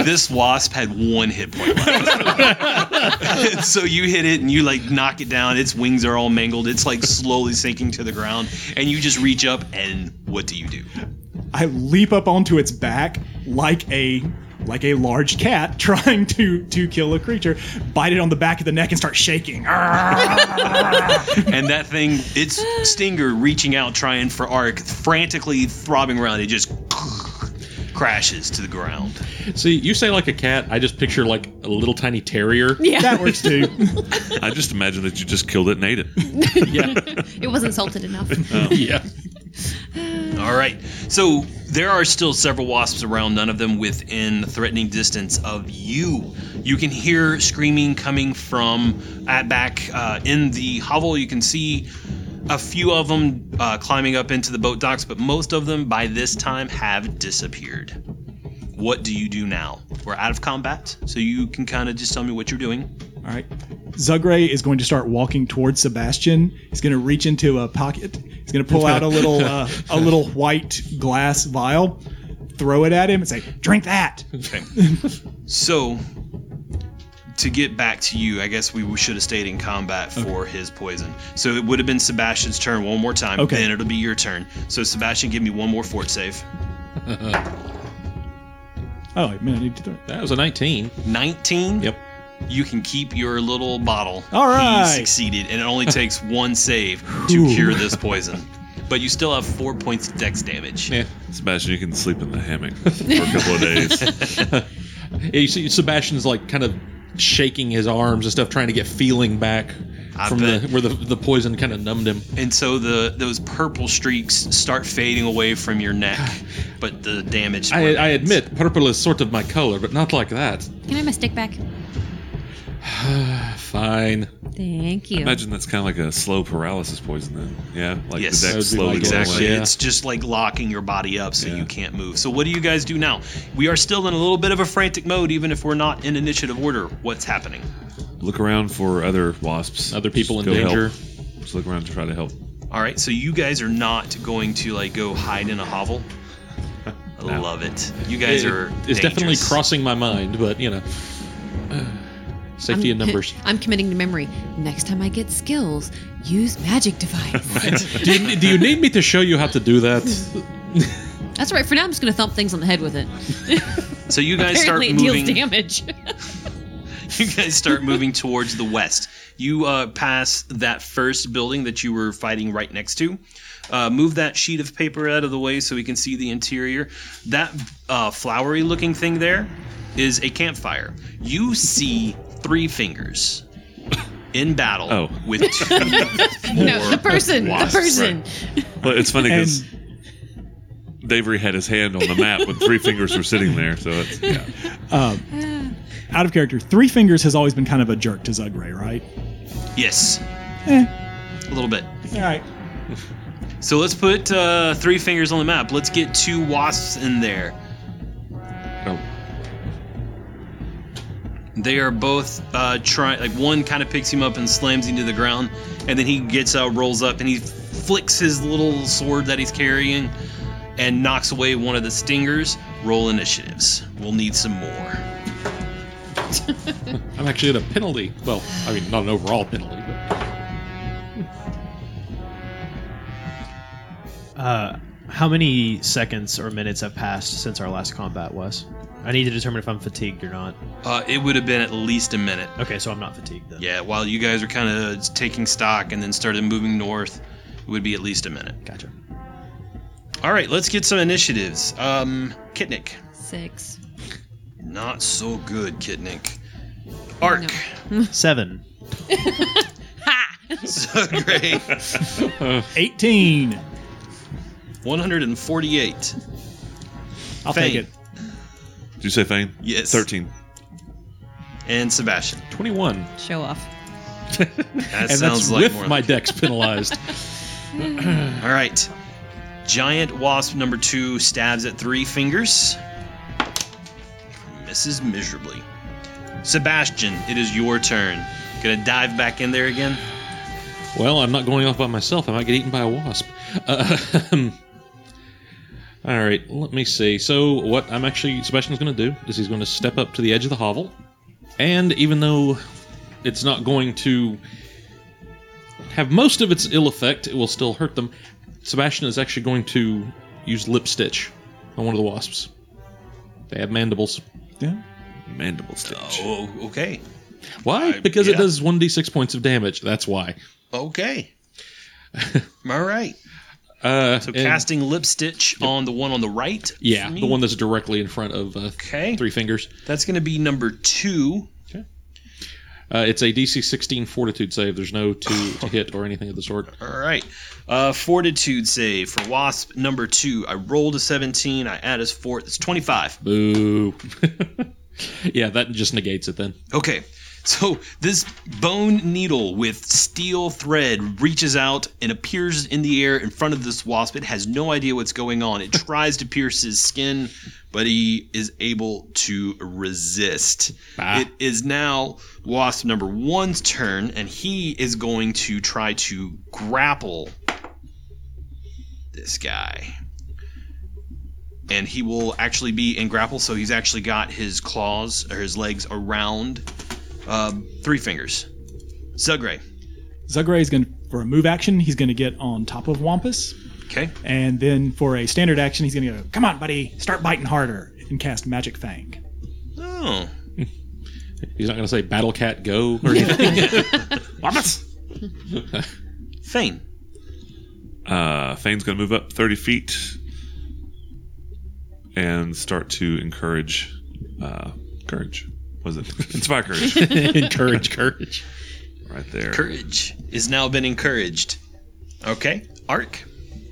B: this wasp had one hit point left. so you hit it and you like knock it down. Its wings are all mangled. It's like slowly sinking to the ground. And you just reach up and what do you do?
C: I leap up onto its back like a like a large cat trying to to kill a creature, bite it on the back of the neck and start
B: and
C: shaking.
B: that thing, its stinger reaching out, trying for arc, frantically throbbing around. It just crashes to the ground.
H: See, you say like a cat. I just picture like a little tiny terrier.
C: that works too.
E: I just imagine that you just killed it and ate it.
I: It wasn't salted enough.
H: yeah.
B: All right. So there are still several wasps around, none of them within threatening distance of you. You can hear screaming coming from at back uh, in the hovel. You can see a few of them uh, climbing up into the boat docks, but most of them by this time have disappeared. What do you do now? We're out of combat, so you can kind of just tell me what you're doing.
C: All right. Zugray is going to start walking towards Sebastian. He's going to reach into a pocket. He's going to pull out a little uh, a little white glass vial, throw it at him, and say, "Drink that."
B: So, to get back to you, I guess we should have stayed in combat for his poison. So it would have been Sebastian's turn one more time.
C: Okay.
B: Then it'll be your turn. So Sebastian, give me one more fort save.
C: Oh, I mean, I need to do it.
H: That was a 19.
B: 19.
H: Yep.
B: You can keep your little bottle.
C: All right.
B: He succeeded, and it only takes one save to
C: Whew.
B: cure this poison. But you still have four points of dex damage.
H: Yeah.
E: Sebastian, you can sleep in the hammock for a couple of days.
H: Yeah, you see Sebastian's like kind of shaking his arms and stuff, trying to get feeling back
B: I
H: from
B: bet.
H: the where the, the poison kind of numbed him.
B: And so the those purple streaks start fading away from your neck, but the damage.
H: I, I
B: remains.
H: admit, purple is sort of my color, but not like that. Ah,
I: Can I have my stick back?
H: Fine.
I: Thank you.
E: Imagine that's kind of like a slow paralysis poison, then. Yeah, like
B: Yes.
E: the
B: That
E: deck
H: would be
E: slowly
H: like
E: going
H: exactly.
E: away.
B: Actually,
H: Yeah.
B: it's just like locking your body up so
E: Yeah.
B: you can't move. So what do you guys do now? We are still in a little bit of a frantic mode, even if we're not in initiative order. What's happening?
E: Look around for other wasps,
H: Other people
E: Just
H: in
E: go help.
H: danger.
E: Just look around to try to help.
B: All right, so you guys are not going to like go hide in a hovel. I love it. You guys
H: It-
B: are.
H: it's definitely
B: dangerous.
H: crossing my mind, but you know, Ah, safety in numbers.
I: I'm committing to memory. Next time I get skills, use magic device.
H: do, you, do you need me to show you how to do that?
I: That's all right. For now, I'm just gonna thump things on the head with it.
B: So you guys start
I: Apparently, it
B: moving.
I: deals damage.
B: you guys start moving towards the west. You uh, pass that first building that you were fighting right next to. Uh, move that sheet of paper out of the way so we can see the interior. That uh, flowery looking thing there is a campfire. You see three fingers in battle
E: Oh.
B: with two
I: no, the person.
B: wasps.
I: the person.
E: Well, it's funny
C: And
E: because Davery had his hand on the map when three fingers were sitting there, so it's, yeah.
C: out of character, Three Fingers has always been kind of a jerk to Zugray, right?
B: Yes,
C: Eh,
B: a little bit.
C: all right.
B: So let's put uh, three fingers on the map. Let's get two wasps in there.
E: Oh.
B: They are both uh, trying. Like one kind of picks him up and slams him to the ground, and then he gets out, rolls up, and he flicks his little sword that he's carrying, and knocks away one of the stingers. Roll initiatives. We'll need some more.
H: I'm actually at a penalty. Well, I mean, not an overall penalty, but
F: Uh, how many seconds or minutes have passed since our last combat was? I need to determine if I'm fatigued or not.
B: Uh, it would have been at least a minute.
F: Okay, so I'm not fatigued then.
B: Yeah, while you guys were kind of taking stock and then started moving north, it would be at least a minute.
F: Gotcha.
B: All right, let's get some initiatives. Um, Kitnik.
I: Six.
B: Not so good, Kitnik. Ark.
F: Seven.
B: So great.
C: 18.
B: 148.
C: I'll
B: Fane.
C: take it.
E: Did you say Fane?
B: Yes.
E: Thirteen.
B: And Sebastian.
H: 21.
I: Show off.
B: That
H: and
B: sounds
H: that's
B: like
H: with
B: more.
H: my dex penalized.
B: All right. Giant wasp number two stabs at three fingers. Misses miserably. Sebastian, it is your turn. Gonna dive back in there again.
H: Well, I'm not going off by myself. I might get eaten by a wasp. Uh, all right, let me see. So, what I'm actually Sebastian's going to do is he's going to step up to the edge of the hovel, and even though it's not going to have most of its ill effect, it will still hurt them. Sebastian is actually going to use lip stitch on one of the wasps. They have mandibles.
C: Yeah.
E: Mandible stitch.
B: Oh, okay.
H: Why? Because
B: yeah.
H: it does 1d6 points of damage. That's why.
B: Okay. All right.
H: Uh,
B: So
H: and-
B: casting lip stitch on the one on the right.
H: Yeah,
B: for me?
H: the one that's directly in front of uh,
B: Okay.
H: three fingers.
B: That's gonna be number two.
H: Uh, it's a DC 16 Fortitude save. There's no to, to hit or anything of the sort.
B: All right. Uh, fortitude save for wasp number two. I rolled a 17. I add as four. It's 25.
H: Boo. yeah, that just negates it then.
B: Okay. So this bone needle with steel thread reaches out and appears in the air in front of this wasp. It has no idea what's going on. It tries to pierce his skin, but he is able to resist.
H: Bah.
B: It is now wasp number one's turn, and he is going to try to grapple this guy. And he will actually be in grapple, so he's actually got his claws or his legs around Uh, three fingers. Zugray.
C: Zugray is going to, for a move action, he's going to get on top of Wampus.
B: Okay.
C: And then for a standard action, he's going to go, come on, buddy, start biting harder, and cast Magic Fang.
B: Oh.
H: He's not going to say Battle Cat Go or anything.
B: Fane.
E: Uh, Fane's going to move up 30 feet and start to encourage uh, courage. Was it inspire courage?
H: Encourage courage.
E: right there.
B: Courage is now been encouraged. Okay. Arc.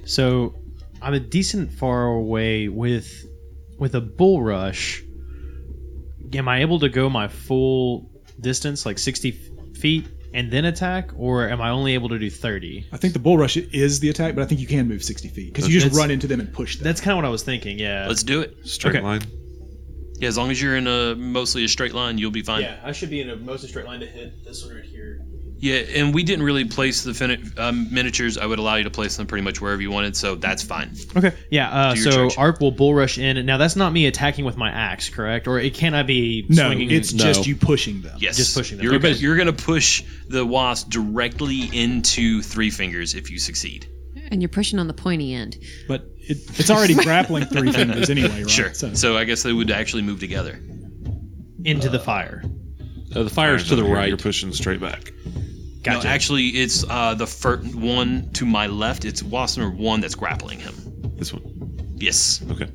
F: So I'm a decent far away with with a bull rush. Am I able to go my full distance, like 60 f- feet, and then attack, or am I only able to do 30?
C: I think the bull rush is the attack, but I think you can move 60 feet because you just
F: That's-
C: run into them and push them.
F: That's kind of what I was thinking. Yeah.
B: Let's do it.
E: Straight
F: Okay.
E: line.
B: Yeah, as long as you're in a mostly a straight line, you'll be fine. Yeah,
F: I should be in a mostly straight line to hit this one right here.
B: and we didn't really place the fini- um, miniatures. I would allow you to place them pretty much wherever you wanted, so that's fine.
F: Okay. Yeah. Uh,
B: Do your
F: so
B: charge.
F: Arc will bull rush in. Now that's not me attacking with my axe, correct? Or it can I be
C: no,
F: swinging?
C: it's
H: no.
C: just you pushing them.
B: Yes,
F: Just pushing them.
B: You're,
H: Okay.
B: you're gonna push the wasp directly into three fingers if you succeed.
I: And you're pushing on the pointy end.
C: But it, it's already grappling three fingers anyway, right?
B: Sure.
C: So,
B: So I guess they would actually move together.
F: into the fire.
H: Uh, the fire's to the
E: You're-
H: right.
E: You're pushing straight back.
F: Gotcha.
B: No, actually, it's uh, the first one to my left. It's wasp number one that's grappling him.
E: This one.
B: Yes.
E: Okay.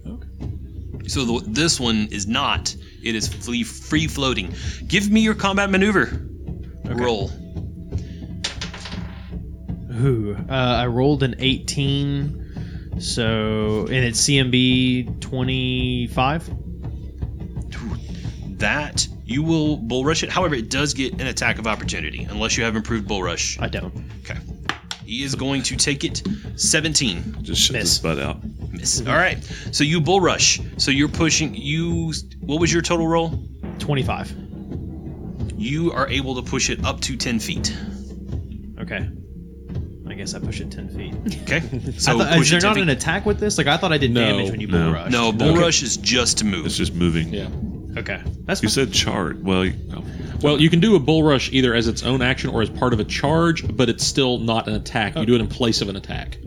B: So the, this one is not. It is free, free floating. Give me your combat maneuver roll.
F: Ooh, uh, I rolled an 18, so and it's CMB 25.
B: That you will bull rush it. However, it does get an attack of opportunity unless you have improved bull rush.
F: I don't.
B: Okay. He is going to take it. 17.
E: Just shut
F: Miss.
E: this butt out.
B: Miss. All right. So you bull rush. So you're pushing. You. What was your total roll?
F: 25.
B: You are able to push it up to 10 feet.
F: Okay. I guess I push it 10 feet.
B: Okay.
F: I
B: So
F: thought- is
B: push
F: there
B: it 10
F: not
B: feet.
F: an attack with this? Like I thought I did
H: No,
F: damage when you bull
E: no.
F: rush.
B: No, bull
H: Okay.
B: rush is just to move.
E: It's just moving.
H: Yeah.
F: Okay. That's
E: You
F: fine.
E: said charred. Well, you- oh.
H: Well, you can do a bull rush either as its own action or as part of a charge, but it's still not an attack. You do it in place of an attack.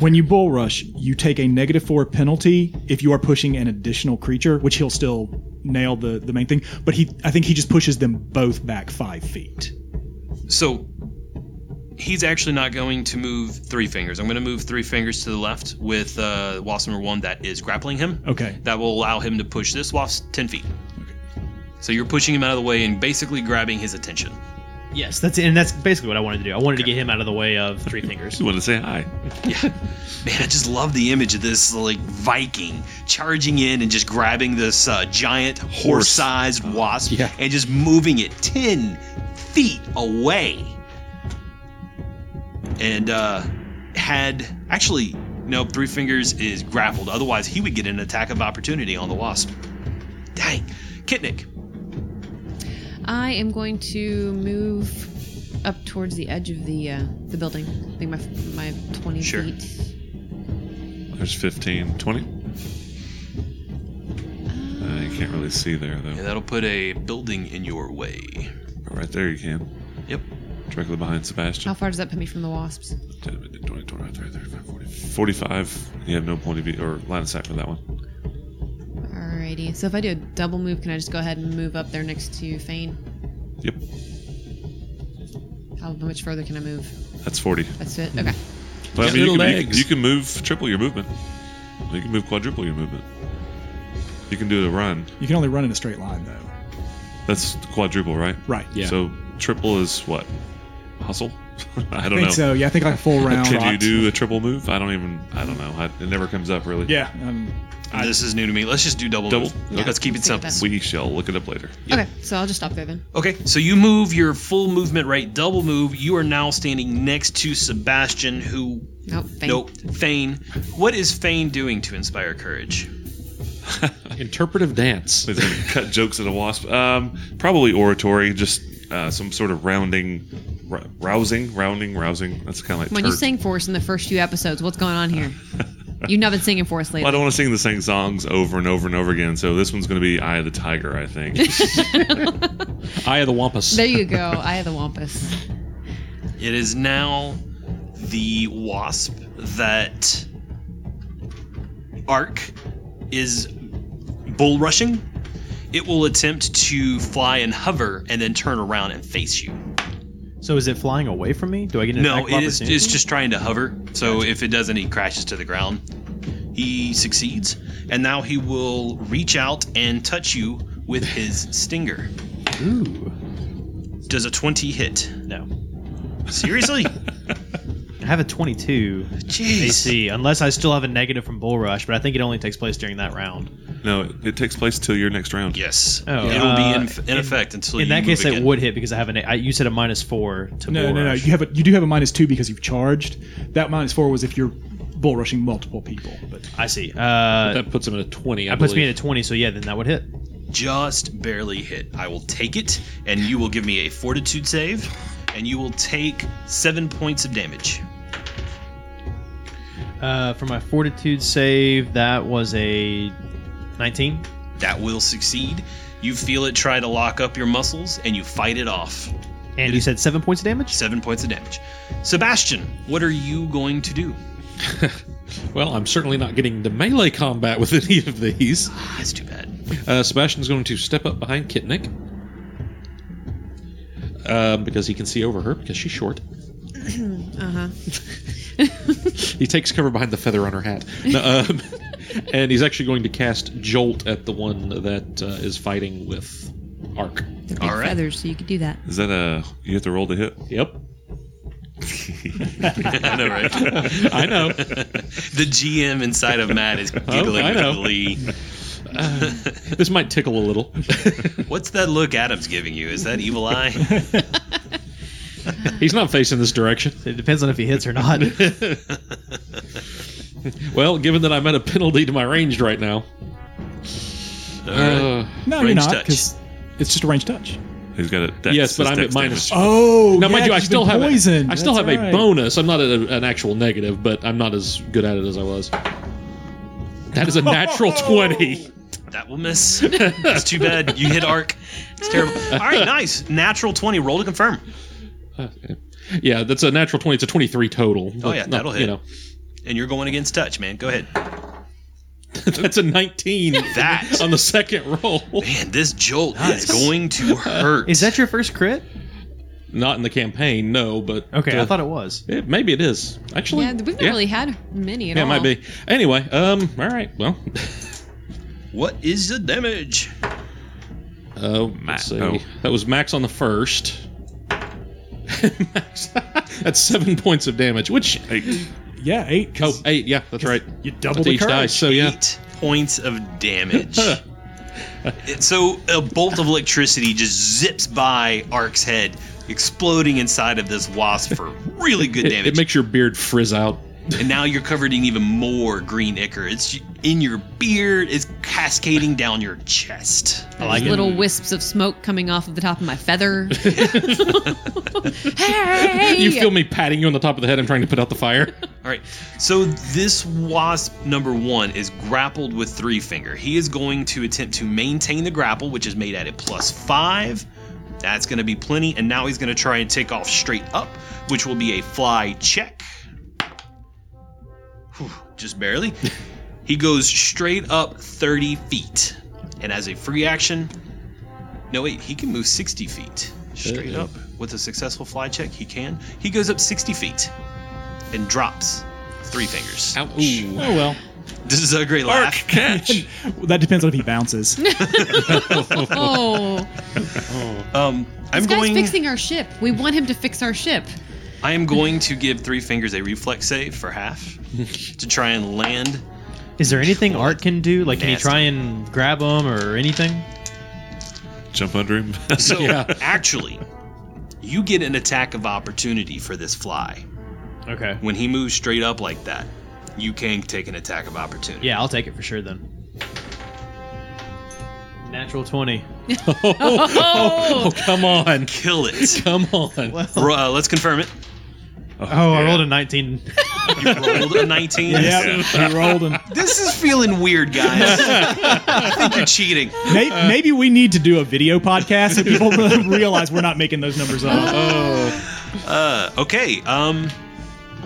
C: when you bull rush, you take a negative four penalty if you are pushing an additional creature, which he'll still nail the, the main thing. But he, I think he just pushes them both back five feet.
B: So he's actually not going to move three fingers. I'm going to move three fingers to the left with uh, wasp number one that is grappling him.
F: Oh.
C: Okay.
B: That will allow him to push this wasp 10 feet. So you're pushing him out of the way and basically grabbing his attention.
F: Yes, that's and that's basically what I wanted to do. I wanted to get him out of the way of three fingers.
E: just wanted to say hi.
B: Man, I just love the image of this like Viking charging in and just grabbing this uh, giant horse-sized wasp
H: Yeah.
B: and just moving it ten feet away. And uh, had actually no three fingers is grappled. Otherwise, he would get an attack of opportunity on the wasp. Dang, Kitnick.
I: I am going to move up towards the edge of the uh, the building. I think my my twenty
B: Sure.
I: feet.
E: There's 15, 20. Uh, you can't really see there, though.
B: Yeah, that'll put a building in your way.
E: But right there, you can.
B: Yep.
E: Directly behind Sebastian.
I: How far does that put me from the wasps?
E: 10, 20, 25, 30, 35, 40. 45. You have no point of view or line of sight for that one.
I: Alrighty. So if I do a double move, can I just go ahead and move up there next to Fane?
E: Yep.
I: How much further can I move?
E: That's 40.
I: That's
B: Hmm.
I: it. Okay.
E: But, I
H: Got
E: mean, you,
H: little
E: can, you, can,
H: legs.
E: you can move triple your movement. You can move quadruple your movement. You can do the run.
C: You can only run in a straight line, though.
E: That's quadruple, right?
C: Right.
H: Yeah.
E: So triple is what? Hustle? I
C: I
E: don't
C: think
E: know.
C: so. Yeah, I think like a full round.
E: Can you do a triple move? I don't even. I don't know. I, it never comes up really.
C: Yeah. Um,
B: this is new to me. Let's just do double.
E: Double?
B: move.
E: Okay.
B: Let's keep it
I: Let's take it
B: simple.
I: that
E: We shall look it up later.
I: Okay. So I'll just stop there then.
B: Okay, so you move your full movement rate, double move. You are now standing next to Sebastian, who.
I: Nope. Fane.
B: Nope, Fane. What is Fane doing to inspire courage?
H: Interpretive dance.
E: He's gonna cut jokes at a wasp. Um, probably oratory, just uh, some sort of rounding, r- rousing, rounding, rousing. That's kind of like.
I: When you
E: turd.
I: sang for us in the first few episodes, what's going on here? You've not been singing for us
E: Well, I
I: lately.
E: don't want to sing the same songs over and over and over again, so this one's going to be Eye of the Tiger, I think.
H: Eye of the Wampus.
I: there you go. Eye of the Wampus.
B: It is now the wasp that Ark is bull rushing. It will attempt to fly and hover and then turn around and face you.
F: So is it flying away from me? Do I get an
B: no,
F: attack of
B: it is
F: opportunity?
B: it's just trying to hover. So if it doesn't, he crashes to the ground. He succeeds, and now he will reach out and touch you with his stinger.
F: Ooh.
B: Does a 20 hit?
F: No.
B: Seriously?
F: I have a 22
B: Jeez.
F: AC, unless I still have a negative from Bull Rush, but I think it only takes place during that round.
E: no, it, it takes place till your next round.
B: Yes.
F: Oh,
B: It'll be in,
F: uh,
B: in,
F: in-
B: effect until
F: In
B: you
F: that
B: move
F: case, it
B: again.
F: would hit because I have an. I, you said a minus four to
C: No,
F: Bull
C: no, no.
F: Rush.
C: You have a you do have a minus two because you've charged. That minus four was if you're bull rushing multiple people. But
F: I see. Uh,
H: That puts him at a 20. I
F: that puts me
H: believe.
F: at a 20, so yeah, then that would hit.
B: just barely hit. I will take it, and you will give me a fortitude save, and you will take seven points of damage.
F: Uh, for my fortitude save, that was a 19.
B: That will succeed. You feel it try to lock up your muscles, and you fight it off.
F: And you said seven points of damage?
B: Seven points of damage. Sebastian, what are you going to do?
H: Well, I'm certainly not getting into melee combat with any of these.
B: Ah, That's too bad.
H: Uh, Sebastian's going to step up behind Kitnik. Um, because he can see over her because she's short.
I: Uh huh.
H: He takes cover behind the feather on her hat. No, um, and he's actually going to cast Jolt at the one that uh, is fighting with Arc.
I: They're big
B: All right.
I: feathers, so you could do that.
E: Is that a. You have to roll to hit?
H: Yep.
B: I know, right?
H: I know.
B: the GM inside of Matt is giggling
H: I know.
B: with glee.
H: This might tickle a little.
B: What's that look Adam's giving you? Is that evil eye?
H: he's not facing this direction.
F: It depends on if he hits or not.
H: Well, given that I'm at a penalty to my ranged right now.
B: All right.
H: Uh,
C: no,
B: Range
C: you're not
B: touch.
C: because it's just a range touch.
E: He's got a dex.
H: yes, but
E: his
H: I'm
E: dex
H: at minus.
E: damage.
C: Oh,
H: Now,
C: yeah,
H: mind you, I
C: 'cause you've
H: still
C: been
H: have
C: poisoned.
H: a, I still
C: That's
H: have a
C: right.
H: bonus. I'm not at a, an actual negative, but I'm not as good at it as I was. That is a natural twenty.
B: That will miss. That's too bad. You hit arc. It's terrible. All right, nice. Natural 20. Roll to confirm.
H: Uh, Yeah, that's a natural twenty. It's a twenty-three total.
B: Oh,
H: but
B: yeah,
H: not-
B: that'll
H: You
B: hit.
H: know,
B: And you're going against touch, man. Go ahead.
H: that's a nineteen
B: That.
H: on the second roll.
B: Man, this jolt is going to hurt.
F: is that your first crit?
H: Not in the campaign, no. But
F: Okay, I
H: uh,
F: thought it was.
H: it, maybe it is actually.
I: Yeah, we've not
H: yeah.
I: really had many at
H: Yeah, it
I: all.
H: might be. Anyway, um, all right. Well,
B: What is the damage?
H: Oh,
E: Max-
H: let's see.
E: oh.
H: That was Max on the first. Max, that's seven points of damage. Which
E: Eight.
C: Yeah, eight.
H: oh
C: 'cause
H: eight, yeah, that's right.
C: You
H: That's
C: double the
H: each
C: courage.
H: dice, so yeah.
B: Eight points of damage. It- so a bolt of electricity just zips by Ark's head, exploding inside of this wasp for really good
H: It,
B: damage.
H: it makes your beard frizz out.
B: and now you're covered in even more green ichor. It's in your beard. It's cascading down your chest.
I: There's little wisps of smoke coming off of the top of my feather. hey!
H: You feel me patting you on the top of the head and trying to put out the fire.
B: All right. So this wasp number one is grappled with three finger. He is going to attempt to maintain the grapple, which is made at a plus five. That's going to be plenty. And now he's going to try and take off straight up, which will be a fly check. Whew, just barely. he goes straight up 30 feet. And as a free action, no, wait, he can move 60 feet straight
H: Uh-oh.
B: up. With a successful fly check, he can. He goes up 60 feet and drops three fingers.
H: Ouch. Oh well.
B: This is a great laugh.
E: Catch.
C: Well, that depends on if he bounces.
I: Oh,
B: Um, I'm
I: this guy's
B: going.
I: fixing our ship. We want him to fix our ship.
B: I am going to give three fingers a reflex save for half to try and land.
F: Is there anything Art can do? Like, can he
B: Nasty.
F: try and grab him or anything?
E: Jump under him.
B: So
H: Yeah.
B: actually, you get an attack of opportunity for this fly
F: Okay.
B: when he moves straight up like that. You can take an attack of opportunity.
F: Yeah, I'll take it for sure then. Natural 20.
H: Oh, come on,
B: Kill it.
H: come on.
B: Ro- uh, let's confirm it.
F: Oh, I rolled Oh, a 19.
B: You rolled a 19.
C: Yeah, he rolled and
B: This is feeling weird, guys. I think you're cheating.
C: May- maybe we need to do a video podcast so people realize we're not making those numbers up.
B: Uh, okay. Um,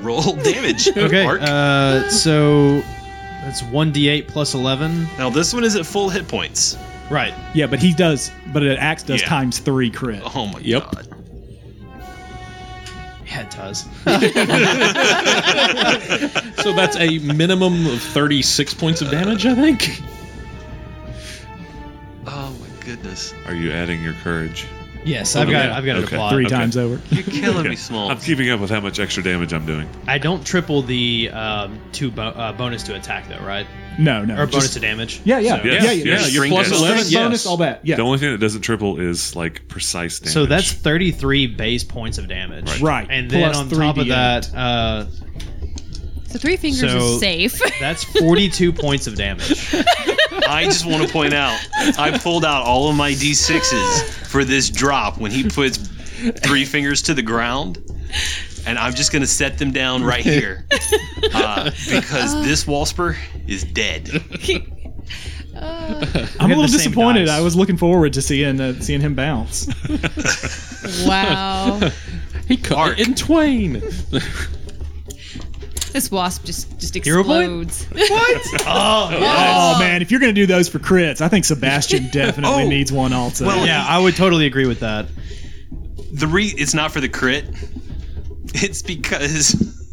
B: roll damage.
F: Okay.
B: Arc.
F: Uh, so that's one d8 plus eleven.
B: now this one is at full hit points.
F: Right.
C: Yeah, but he does, but an axe does
B: Yeah.
C: times three crit.
B: Oh my
H: Yep.
B: god.
F: Yeah, it does.
H: So that's a minimum of 36 points of damage, I think.
B: Oh my goodness.
E: Are you adding your courage?
F: yes, I've got. I've got it
E: Okay.
F: applied.
C: Three
E: Okay.
C: times over.
B: You're killing me,
E: Okay.
B: small.
E: I'm keeping up with how much extra damage I'm doing.
F: I don't triple the um, two bo- uh, bonus to attack though, right?
C: No, no.
F: Or
C: just-
F: bonus to damage.
C: Yeah, yeah,
F: So,
C: yeah,
E: Yes,
C: yeah. yeah.
E: yes,
H: you're
B: String
H: plus
B: bonus.
H: 11.
C: Strength
H: yes.
C: bonus, all that. Yeah,
E: The only thing that doesn't triple is like precise damage.
F: So that's 33 base points of damage.
C: Right.
F: And then
C: Plus
F: on top of
C: 3d8.
F: that, uh,
I: So three fingers
F: So-
I: is safe.
F: that's 42 points of damage.
B: I just want to point out, I pulled out all of my d6s for this drop when he puts three fingers to the ground, and I'm just gonna set them down right here uh, because this Walsper is dead.
C: I'm
F: We
C: a
F: have
C: little
F: the same
C: disappointed.
F: dice.
C: I was looking forward to seeing uh, seeing him bounce.
I: wow.
H: He cut
B: Arc.
H: it in twain.
I: This wasp just just
F: Hero point?
I: explodes.
C: Oh man, if you're gonna do those for crits, I think Sebastian definitely
B: Oh.
C: needs one also.
B: Well,
F: yeah, I would totally agree with that.
B: The re it's not for the crit. It's because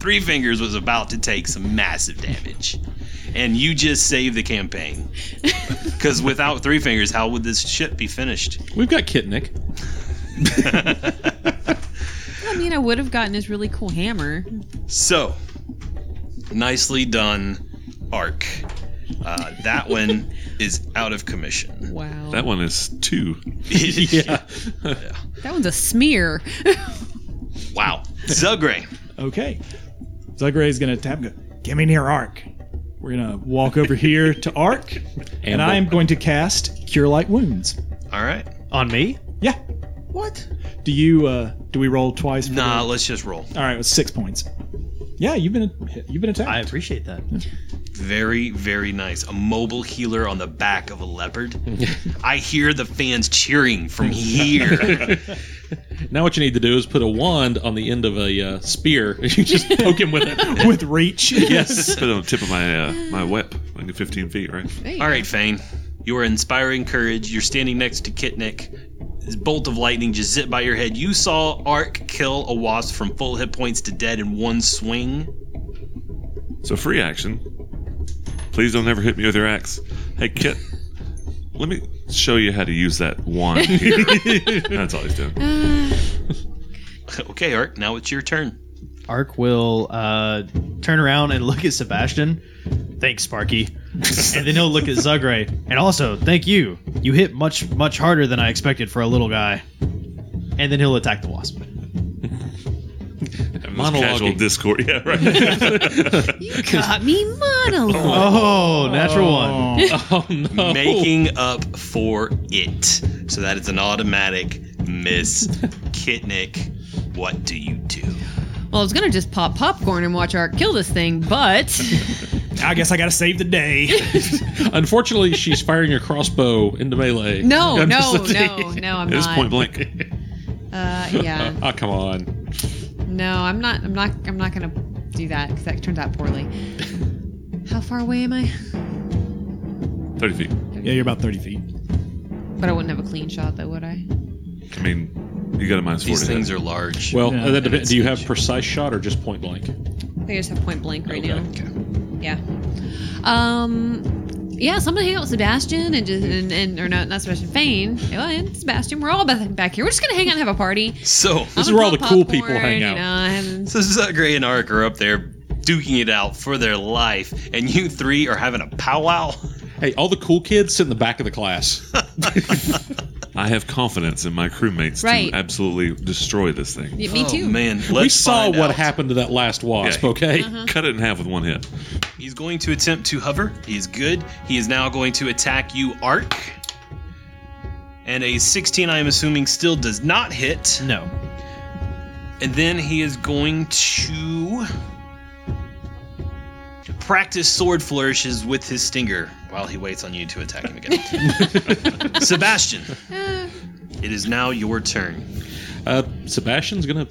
B: Three Fingers was about to take some massive damage. And you just saved the campaign. Because without Three Fingers, how would this ship be finished?
H: We've got Kitnik.
I: I mean, I would have gotten his really cool hammer.
B: So, nicely done, Arc. Uh, that one is out of commission.
I: Wow.
E: that one is two.
H: yeah.
I: That one's a smear.
B: Wow. Zugray.
C: okay. Zugray's gonna tap and go. Get me near Ark. We're gonna walk over here to Ark, and I am going to cast Cure Light Wounds.
B: All right.
F: On me?
C: Yeah.
F: What?
C: Do you? uh Do we roll twice? for
B: Nah, let's just roll.
C: the- All right, it was six points. Yeah, you've been you've been attacked.
F: I appreciate that.
B: Very, very nice. A mobile healer on the back of a leopard. I hear the fans cheering from here.
H: Now what you need to do is put a wand on the end of a uh, spear. You just poke him with it.
C: with reach.
H: Yes.
E: Put it on the tip of my uh, my whip, like 15 feet, right?
I: There you
B: All
I: go.
B: right, Fane. You are inspiring courage. You're standing next to Kitnik. This bolt of lightning just zipped by your head. You saw Ark kill a wasp from full hit points to dead in one swing.
E: So free action. Please don't ever hit me with your axe. Hey Kit, let me show you how to use that wand. Here. That's all he's doing.
B: Okay, Ark, now it's your turn.
F: Ark will uh, turn around and look at Sebastian. Thanks, Sparky. and then he'll look at Zugray. And also, thank you. You hit much, much harder than I expected for a little guy. And then he'll attack the wasp.
E: Casual
H: Monologuing.
E: discord. Yeah, right.
I: You got me monologue.
F: Oh, natural one.
H: Oh no.
B: Making up for it. So that is an automatic miss. Kitnik, what do you do?
I: Well, I was gonna just pop popcorn and watch Art kill this thing, but
C: I guess I gotta save the day.
H: Unfortunately, she's firing a crossbow into melee.
I: no,
H: I'm
I: no,
H: just-
I: no, no, I'm
E: It is
I: not.
E: point blank.
I: Uh, yeah,
H: Ah, come on.
I: no, I'm not. I'm not. I'm not gonna do that because that turns out poorly. How far away am I?
E: 30 feet.
C: yeah, you're about thirty feet.
I: But I wouldn't have a clean shot though, would I?
E: I mean, you got a minus four.
B: These
E: to hit.
B: things are large.
H: Well,
C: Yeah.
H: uh, that depends. Do you have precise shot or just point blank?
I: I think I just have point blank right
H: Okay.
I: now. Yeah. Um. Yeah, so I'm gonna hang out with Sebastian and just and, and or no, not Sebastian, Fane. Oh, and Sebastian, we're all back back here. We're just gonna hang out and have a party.
B: so,
H: This is
I: I'm
H: where all
I: gonna
H: the
I: pop
H: cool people
I: popcorn,
H: hang
I: you
H: out.
I: know, and-
B: so Zagre and Ark are up there duking it out for their life, and you three are having a powwow?
H: Hey, all the cool kids sit in the back of the class.
E: I have confidence in my crewmates
I: Right.
E: to absolutely destroy this thing.
I: Yeah, me too.
B: Oh, man, let's
H: we saw
B: find
H: what
B: out.
H: happened to that last wasp,
E: Yeah.
H: okay?
I: Uh-huh.
E: Cut it in half with one hit.
B: He's going to attempt to hover. He is good. He is now going to attack you, Ark. And a 16, I am assuming, still does not hit.
F: No.
B: And then he is going to practice sword flourishes with his stinger while he waits on you to attack him again. Sebastian, it is now your turn.
H: Uh, Sebastian's gonna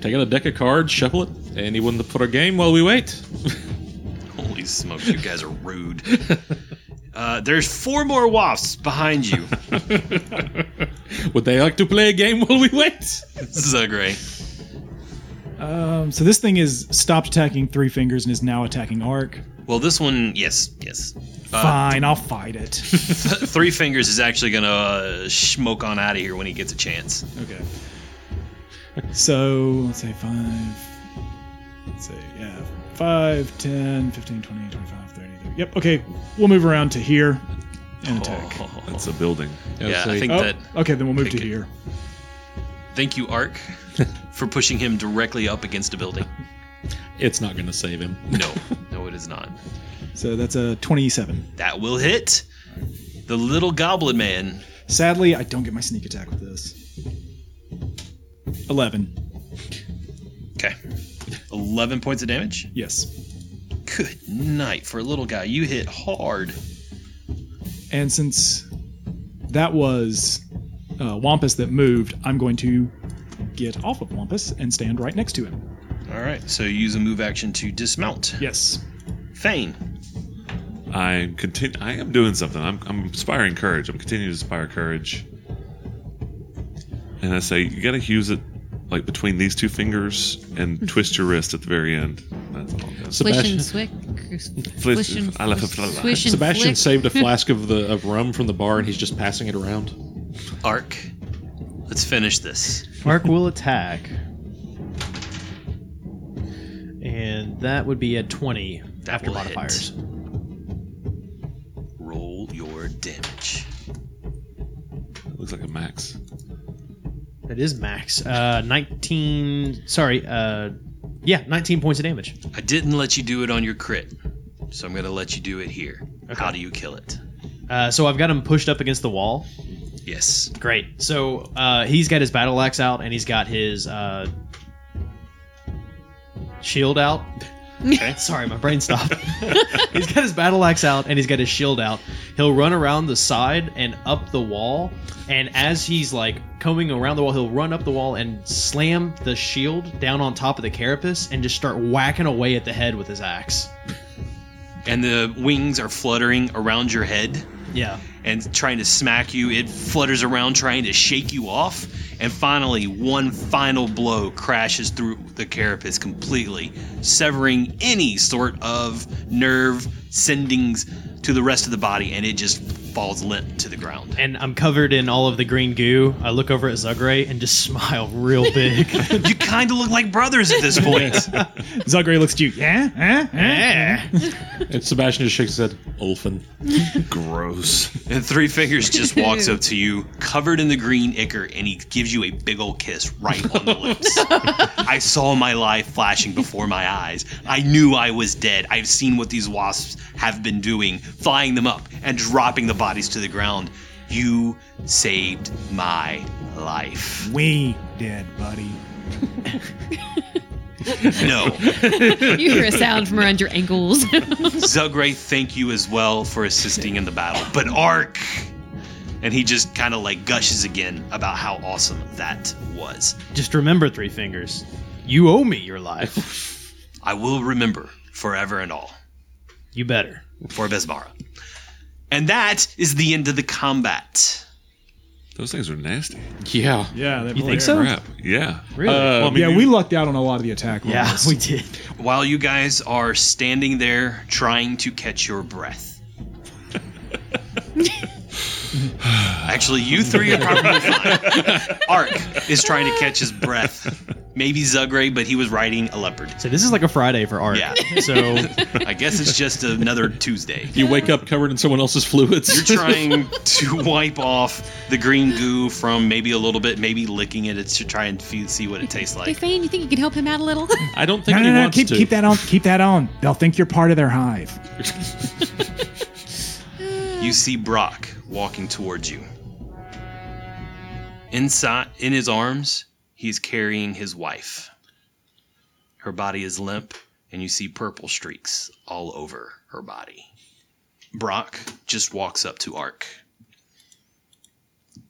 H: take out a deck of cards, shuffle it, and he wouldn't put our game while we wait.
B: Holy smokes, you guys are rude. Uh, there's four more wafts behind you.
H: Would they like to play a game while we wait?
B: Zugray.
C: Um, so this thing is stopped attacking three fingers and is now attacking arc.
B: Well, this one, yes, yes.
C: Fine, I'll fight it.
B: Th- Three Fingers is actually gonna uh, smoke on out of here when he gets a chance.
C: Okay. So let's say five. Let's say yeah, five, 10, 15, 20, 25, 30, 30. Yep. Okay, we'll move around to here and attack.
E: That's a building.
B: yeah, I think
C: Oh,
B: that.
C: okay, then we'll move to
B: Oh, Pick it.
C: here.
B: Thank you, Ark, for pushing him directly up against a building.
H: It's not gonna save him.
B: No, no, it is not.
C: So that's a twenty-seven.
B: That will hit the little goblin man.
C: Sadly, I don't get my sneak attack with this. Eleven.
B: Okay, eleven points of damage.
C: Yes.
B: Good night for a little guy. You hit hard.
C: And since that was uh, Wampus that moved, I'm going to get off of Wampus and stand right next to him.
B: All right, so you use a move action to dismount.
C: Yes.
B: Fane.
E: I continue. I am doing something. I'm, I'm inspiring courage. I'm continuing to inspire courage. And I say, you gotta use it like between these two fingers and twist your wrist at the very end. That's all. it does.
I: Swish
H: Sebastian-
I: and swick. Swish and
E: I love it.
I: swish and
H: Sebastian
I: flick.
H: saved a flask of the of rum from the bar, and he's just passing it around.
B: Ark. Let's finish this.
F: Arc will attack. And that would be a 20
B: That
F: after
B: will hit.
F: modifiers.
B: Roll your damage.
E: Looks like a max.
F: That is max. Uh, 19. Sorry. Uh, yeah, 19 points of damage.
B: I didn't let you do it on your crit, so I'm going to let you do it here. How do you kill it?
F: Uh, so I've got him pushed up against the wall.
B: Yes.
F: Great. So uh, he's got his battle axe out and he's got his uh, shield out. Sorry, my brain stopped. he's got his battle axe out and he's got his shield out. He'll run around the side and up the wall. And as he's like coming around the wall, he'll run up the wall and slam the shield down on top of the carapace and just start whacking away at the head with his axe.
B: And the wings are fluttering around your head
F: Yeah.
B: and trying to smack you. It flutters around trying to shake you off. And finally, one final blow crashes through the carapace completely, severing any sort of nerve sendings to the rest of the body, and it just falls limp to the ground.
F: And I'm covered in all of the green goo. I look over at Zugray and just smile real big.
B: you kind of look like brothers at this point.
C: Zagre looks at you.
H: Eh?
C: Yeah. Huh? Huh?
H: And Sebastian just shakes his head. Olfin.
E: Gross.
B: And Three Fingers just walks up to you, covered in the green ichor, and he gives you a big old kiss right on the lips. I saw my life flashing before my eyes. I knew I was dead. I've seen what these wasps have been doing, flying them up and dropping the bodies to the ground. You saved my life.
C: We did, buddy.
B: No.
I: You hear a sound from around your ankles.
B: Zugray, thank you as well for assisting in the battle. But Ark! And he just kind of like gushes again about how awesome that was.
F: Just remember, Three Fingers, you owe me your life.
B: I will remember forever and all
F: you better.
B: for Vesmara. And that is the end of the combat.
E: Those things are nasty.
H: Yeah.
C: Yeah, that
F: You think so?
E: Crap. Yeah.
F: Really?
H: Uh,
E: Well, I mean,
C: yeah,
E: you-
C: we lucked out on a lot of the attack.
F: yeah,
C: rolls.
F: we did.
B: While you guys are standing there trying to catch your breath. Actually, you three are probably fine. Ark is trying to catch his breath. Maybe Zugray, but he was riding a leopard.
F: So this is like a Friday for art.
B: Yeah.
F: So
B: I guess it's just another Tuesday.
H: You wake up covered in someone else's fluids.
B: You're trying to wipe off the green goo from maybe a little bit, maybe licking it to try and fe- see what it tastes
I: hey,
B: like.
I: Fane, you think you can help him out a little?
H: I don't think
C: No,
H: he
C: no, no!
H: wants
C: Keep
H: to.
C: keep that on. Keep that on. They'll think you're part of their hive.
B: You see Brock walking towards you. Inside, in his arms, He's carrying his wife. Her body is limp, and you see purple streaks all over her body. Brock just walks up to Ark.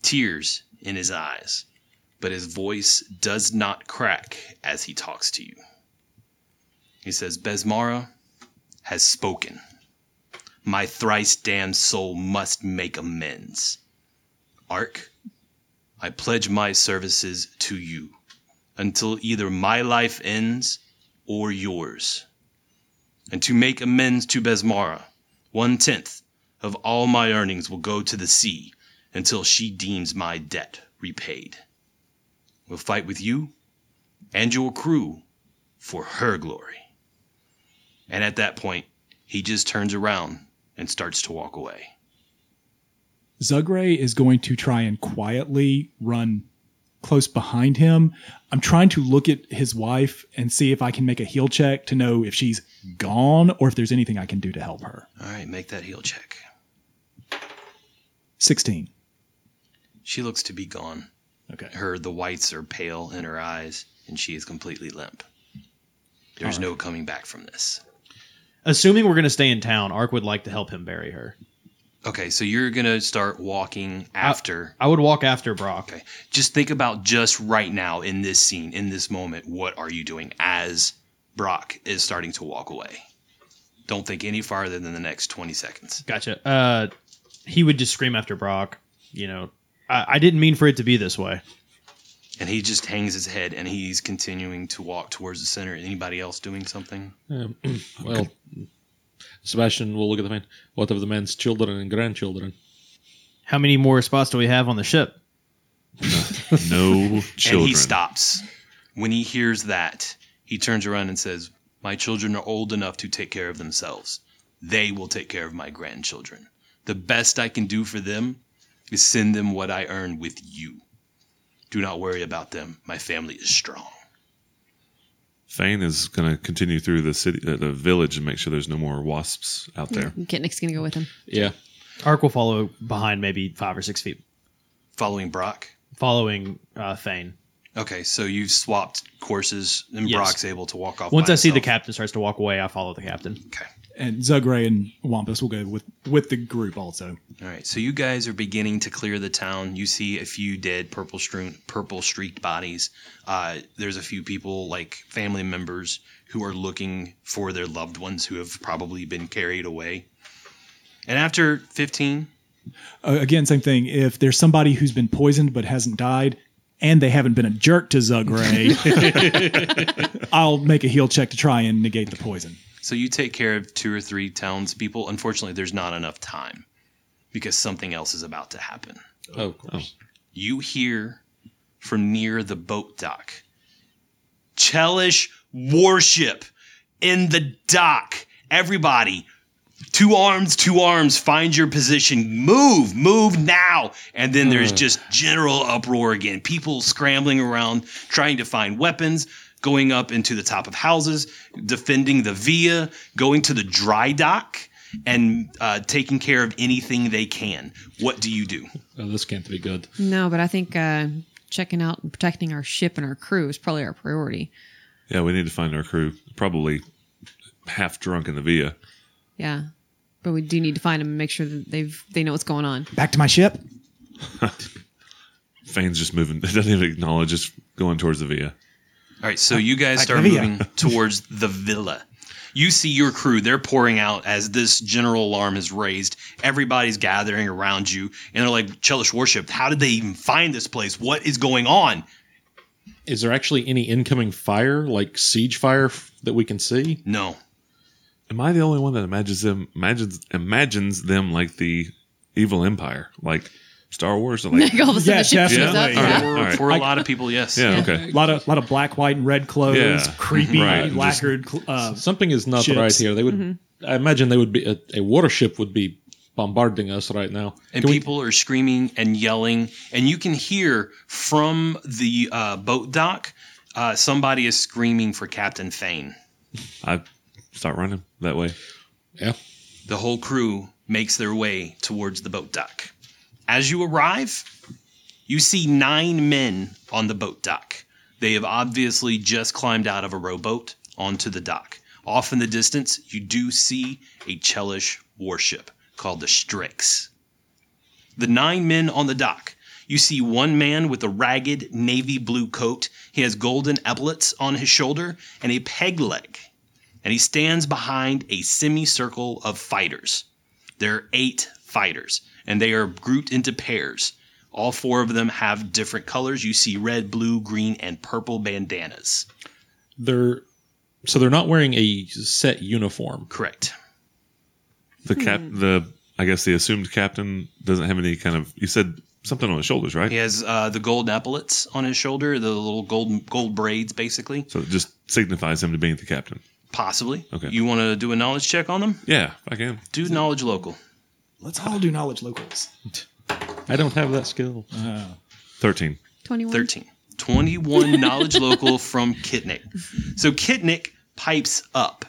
B: Tears in his eyes, but his voice does not crack as he talks to you. He says, Besmara has spoken. My thrice damned soul must make amends. Ark, I pledge my services to you until either my life ends or yours. And to make amends to Besmara, one tenth of all my earnings will go to the sea until she deems my debt repaid. We'll fight with you and your crew for her glory. And at that point, he just turns around and starts to walk away.
C: Zugray is going to try and quietly run close behind him. I'm trying to look at his wife and see if I can make a heel check to know if she's gone or if there's anything I can do to help her.
B: All right, make that heel check.
C: 16.
B: She looks to be gone.
C: Okay.
B: Her the whites are pale in her eyes, and she is completely limp. There's no coming back from this.
F: Assuming we're going to stay in town, Ark would like to help him bury her.
B: Okay, so you're gonna start walking after.
F: I would walk after Brock.
B: okay, just think about just right now in this scene, in this moment, what are you doing as Brock is starting to walk away? Don't think any farther than the next 20 seconds.
F: Gotcha. Uh, he would just scream after Brock. You know, I, I didn't mean for it to be this way.
B: And he just hangs his head and he's continuing to walk towards the center. Anybody else doing something?
H: Um, well, Sebastian will look at the man. What of the man's children and grandchildren?
F: How many more spots do we have on the ship?
E: No children.
B: And he stops. When he hears that, he turns around and says, My children are old enough to take care of themselves. They will take care of my grandchildren. The best I can do for them is send them what I earn with you. Do not worry about them. My family is strong.
E: Fane is going to continue through the city, uh, the village, and make sure there's no more wasps out there.
I: Kitnick's gonna go with him.
H: Yeah.
F: Ark will follow behind, maybe five or six feet,
B: Following Brock?
F: following uh, Thane.
B: Okay, so you've swapped courses and
F: Yes.
B: Brock's able to walk off.
F: Once
B: by
F: I see the
B: himself.
F: captain starts to walk away, I follow the captain.
B: Okay.
C: And Zugray and Wampus will go with, with the group also.
B: All right, so you guys are beginning to clear the town. You see a few dead purple strewn, purple streaked bodies. Uh, there's a few people, like family members, who are looking for their loved ones who have probably been carried away. And after 15,
C: Uh, again, same thing. If there's somebody who's been poisoned but hasn't died and they haven't been a jerk to Zugray, I'll make a heel check to try and negate the poison.
B: so you take care of two or three townspeople. Unfortunately, there's not enough time because something else is about to happen.
H: Oh, of course.
B: you hear from near the boat dock Chellish warship in the dock. Everybody, two arms, two arms, find your position. Move, move now. And then there's just general uproar again. People scrambling around, trying to find weapons, going up into the top of houses, defending the via, going to the dry dock, and uh, taking care of anything they can. What do you do?
H: Oh, this can't be good.
I: No, but I think uh, checking out and protecting our ship and our crew is probably our priority.
E: Yeah, we need to find our crew. Probably half drunk in the via.
I: Yeah, but we do need to find them and make sure that they've they know what's going on.
C: Back to my ship.
E: Fane's just moving. Doesn't even acknowledge. Just going towards the via.
B: All right, so you guys start
C: Villa.
B: moving towards the villa. You see your crew, they're pouring out as this general alarm is raised. Everybody's gathering around you, and they're like, Chellish Worship, how did they even find this place? What is going on?
H: Is there actually any incoming fire, like siege fire, f- that we can see?
B: No.
E: Am I the only one that imagines them imagines imagines them like the evil empire, like Star Wars? Or like
I: Like all of a sudden,
C: Yeah,
I: the ship shows up.
C: definitely.
E: All right,
I: Yeah.
E: all right.
B: For a lot of people, yes.
E: Yeah,
I: Yeah.
E: okay.
C: A lot of, lot of black, white, and red clothes,
E: Yeah.
C: creepy,
E: Right, and just-
C: lacquered. cl- uh,
H: Something is not
C: Ships.
H: right here. They would. I imagine they would be a, a warship would be bombarding us right now.
B: and
H: Can we-
B: people are screaming and yelling and you can hear from the uh, boat dock uh, somebody is screaming for captain fane
E: I start running that way.
H: yeah.
B: the whole crew makes their way towards the boat dock as you arrive you see nine men on the boat dock They have obviously just climbed out of a rowboat onto the dock. Off in the distance, you do see a Chellish warship called the Strix. The nine men on the dock. You see one man with a ragged navy blue coat. He has golden epaulets on his shoulder and a peg leg. And he stands behind a semicircle of fighters. There are eight fighters, and they are grouped into pairs. All four of them have different colors. You see red, blue, green, and purple bandanas.
H: They're so they're not wearing a set uniform.
B: Correct.
E: The cap, the I guess the assumed captain doesn't have any kind of. You said something on his shoulders, right?
B: He has uh, the gold epaulets on his shoulder, the little gold gold braids, basically.
E: So it just signifies him to being the captain.
B: Possibly.
E: Okay.
B: You want to do a knowledge check on them?
E: Yeah, I can.
B: Do knowledge local.
C: Let's all do knowledge locals.
H: I don't have that skill.
C: uh,
E: Thirteen.
I: 21.
B: 13. 21 knowledge local from Kitnik. So Kitnik pipes up.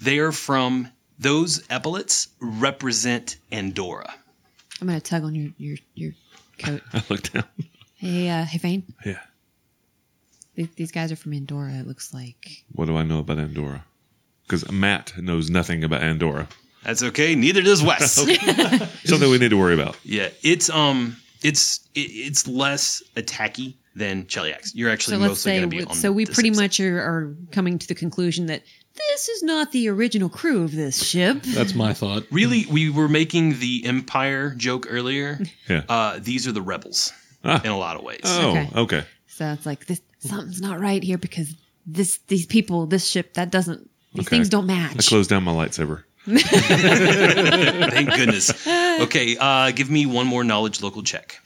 B: They are from those epaulets represent Andorra.
I: I'm going to tug on your, your, your coat.
E: I look down.
I: hey, uh, hey, Fane.
E: Yeah.
I: Th- These guys are from Andorra, it looks like.
E: What do I know about Andorra? Because Matt knows nothing about Andorra.
B: That's okay. Neither does Wes.
E: Something we need to worry about.
B: Yeah, it's um, it's it, it's less attacky than Cheliax. You're actually
I: So let's
B: mostly
I: say,
B: going to be
I: w-
B: on.
I: so we
B: the
I: pretty
B: same
I: much are, are coming to the conclusion that this is not the original crew of this ship.
H: That's my thought.
B: Really, we were making the Empire joke earlier.
E: Yeah.
B: Uh, these are the rebels
E: Ah.
B: in a lot of ways.
E: oh,
I: okay.
E: okay.
I: So it's like this something's not right here because this these people, this ship, that doesn't these
E: Okay.
I: things don't
E: I
I: match.
E: closed down my lightsaber.
B: Thank goodness. Okay, uh, give me one more knowledge local check.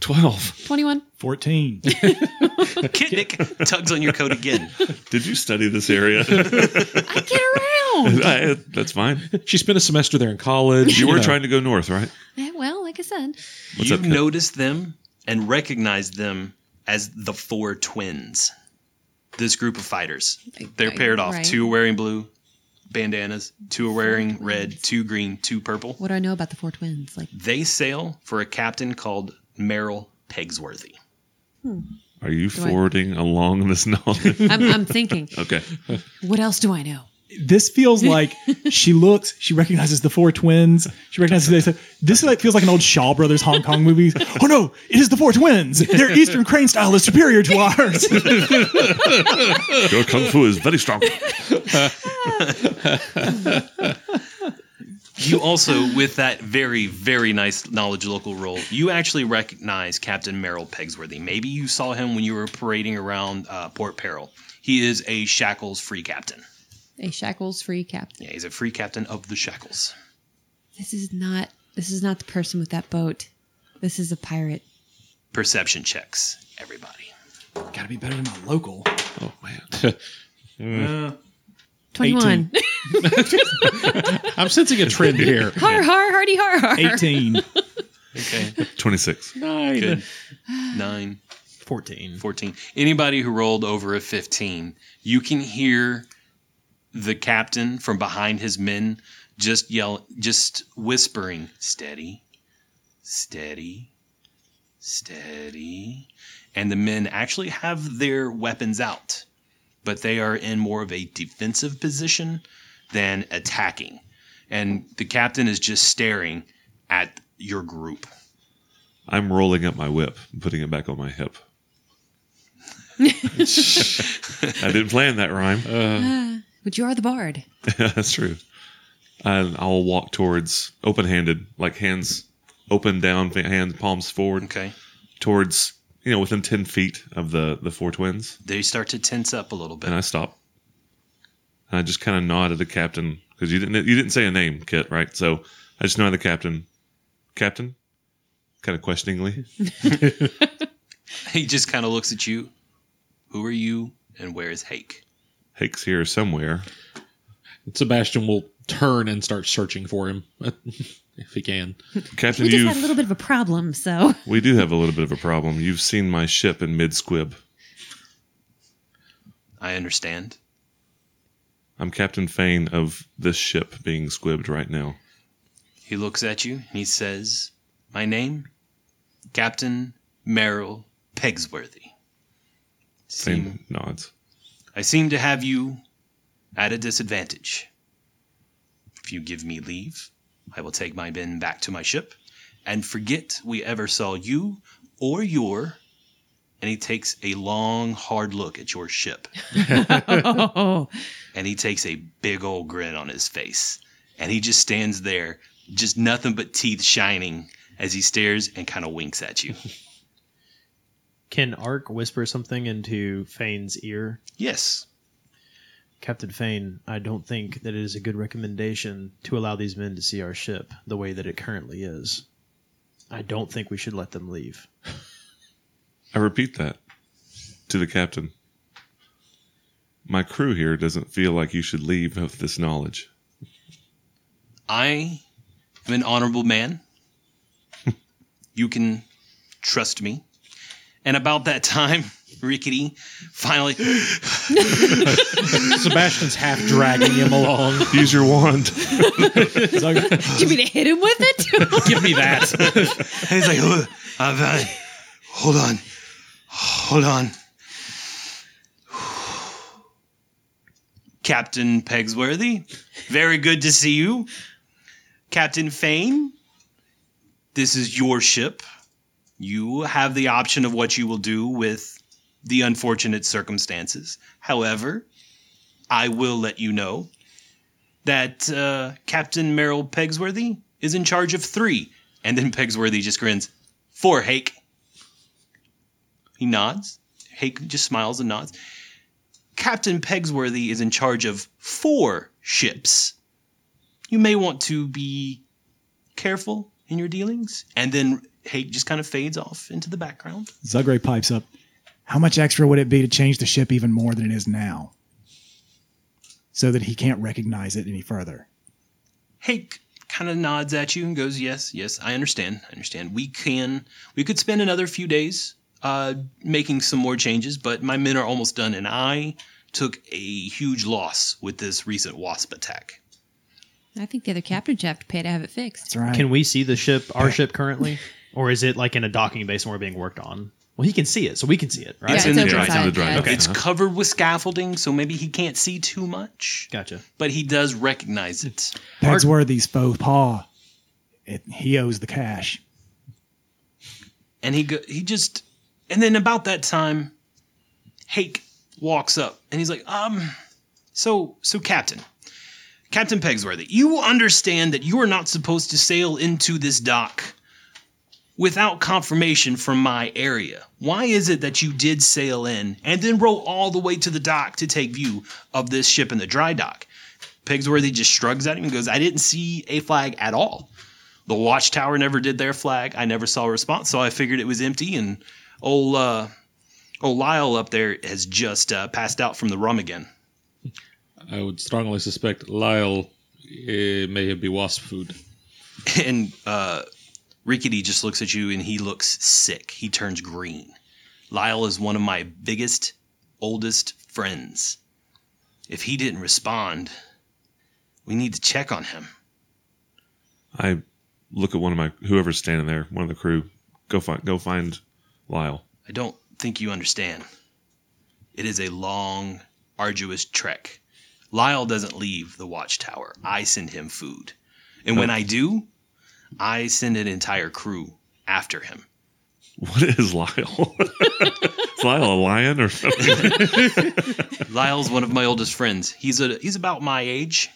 E: Twelve.
I: Twenty one.
C: 14.
B: Kitnik tugs on your coat again.
E: Did you study this area?
I: I get around.
E: I- that's fine.
H: She spent a semester there in college.
E: You were
H: know.
E: trying to go north, right?
I: Eh, well, like I said.
E: What's
B: You've
E: up, Kit?
B: noticed them and recognized them as the four twins. This group of fighters. They're
I: Right,
B: paired off.
I: right.
B: Two are wearing blue bandanas, two are wearing red, two green, two purple.
I: What do I know about the four twins? Like
B: They sail for a captain called Merrill Pegsworthy.
E: Are you
I: I-
E: forwarding along this knowledge?
I: I'm, I'm thinking,
E: okay.
I: what else do I know?
C: this feels like she looks, she recognizes the four twins. She recognizes they said, this like, feels like an old Shaw Brothers Hong Kong movie. oh no, it is the four twins. Their Eastern crane style is superior to ours.
E: Your kung fu is very strong.
B: You also, with that very, very nice knowledge local role, you actually recognize Captain Merrill Pegsworthy. Maybe you saw him when you were parading around uh, Port Peril. He is a shackles free captain.
I: A shackles free captain.
B: Yeah, he's a free captain of the shackles.
I: This is not this is not the person with that boat. This is a pirate.
B: Perception checks, everybody.
C: Gotta be better than my local.
H: Oh man.
I: Twenty one.
H: I'm sensing a trend here.
I: har har hardy har har.
C: 18.
B: Okay.
E: Twenty-six.
H: Nine.
B: Good. 9,
F: 14.
B: 14. Anybody who rolled over a 15, you can hear the captain from behind his men just yell, just whispering, steady, steady, steady. And the men actually have their weapons out, but they are in more of a defensive position than attacking. And the captain is just staring at your group.
E: I'm rolling up my whip and putting it back on my hip. I didn't plan that rhyme.
I: But you are the bard.
E: That's true. And I'll walk towards open-handed, like hands open down, fa- hands palms forward,
B: Okay.
E: towards you know within ten feet of the the four twins,
B: They start to tense up a little bit.
E: and I stop. And I just kind of nod at the captain because you didn't you didn't say a name, Kit, right? So I just nod at the captain. Captain, kind of questioningly.
B: He just kind of looks at you. Who are you and where is Hake?
E: Hake's here somewhere.
H: Sebastian will turn and start searching for him if he can.
E: Captain,
I: We just
E: you
I: had a little bit of a problem, so
E: we do have a little bit of a problem. You've seen my ship in mid squib.
B: I understand.
E: I'm Captain Fane of this ship being squibbed right now.
B: He looks at you and he says, My name? Captain Merrill Pegsworthy. Seem-
E: Same nods.
B: I seem to have you at a disadvantage. If you give me leave, I will take my men back to my ship and forget we ever saw you or your. And he takes a long, hard look at your ship.
I: Oh,
B: and he takes a big old grin on his face and he just stands there just nothing but teeth shining as he stares and kind of winks at you
F: Can Ark whisper something into Fane's ear?
B: yes
F: Captain Fane, I don't think that it is a good recommendation to allow these men to see our ship the way that it currently is. I don't think we should let them leave.
E: I repeat that to the captain. My crew here doesn't feel like you should leave with this knowledge.
B: i am an honorable man you can trust me and about that time rickety finally
F: Sebastian's half dragging him along.
E: Use your wand.
I: did you mean to hit him with it?
H: Give me that.
B: he's like "Ugh, I've, uh, hold on hold on Captain Pegsworthy, very good to see you. Captain Fane, this is your ship. You have the option of what you will do with the unfortunate circumstances. However, I will let you know that uh, Captain Merrill Pegsworthy is in charge of three. And then Pegsworthy just grins, Four, Hake. He nods. Hake just smiles and nods. Captain Pegsworthy is in charge of four ships. You may want to be careful in your dealings. And then Hake just kind of fades off into the background.
C: Zugray pipes up. How much extra would it be to change the ship even more than it is now? So that he can't recognize it any further.
B: Hake kind of nods at you and goes, "Yes, yes, I understand. I understand. We can we could spend another few days uh, making some more changes, but my men are almost done, and I took a huge loss with this recent wasp attack.
I: I think the other captains have to pay to have it fixed.
C: That's right.
F: Can we see the ship, our ship currently? Or is it like in a docking bay somewhere being worked on? Well, he can see it, so we can see it, right?
I: Yeah,
B: in
I: it's
B: the dry-
I: open
B: it's in
E: the
I: side.
E: dry-
I: yeah.
E: okay.
B: It's covered with scaffolding, so maybe he can't see too much,
F: Gotcha.
B: but he does recognize it.
C: Pegsworthy's faux pas. It, he owes the cash.
B: and he go, he just and then about that time hake walks up and he's like um so so captain captain pegsworthy you understand that you are not supposed to sail into this dock without confirmation from my area why is it that you did sail in and then row all the way to the dock to take view of this ship in the dry dock pegsworthy just shrugs at him and goes i didn't see a flag at all the watchtower never did their flag. I never saw a response, so I figured it was empty. And old uh, old Lyle up there has just uh, passed out from the rum again.
H: I would strongly suspect Lyle eh, may have be wasp food.
B: And uh, Rickety just looks at you, and he looks sick. He turns green. Lyle is one of my biggest, oldest friends. If he didn't respond, we need to check on him.
E: I look at one of my whoever's standing there, one of the crew. Go find go find Lyle.
B: I don't think you understand. It is a long, arduous trek. Lyle doesn't leave the watchtower. I send him food. And when I do, I send an entire crew after him.
E: What is Lyle? is Lyle a lion or something?
B: Lyle's one of my oldest friends. He's a he's about my age.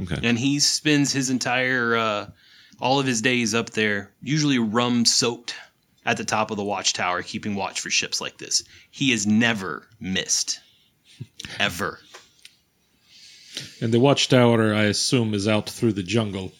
E: Okay.
B: and he spends his entire uh, all of his days up there usually rum soaked at the top of the watchtower keeping watch for ships like this he is never missed ever
H: And the watchtower, I assume, is out through the jungle,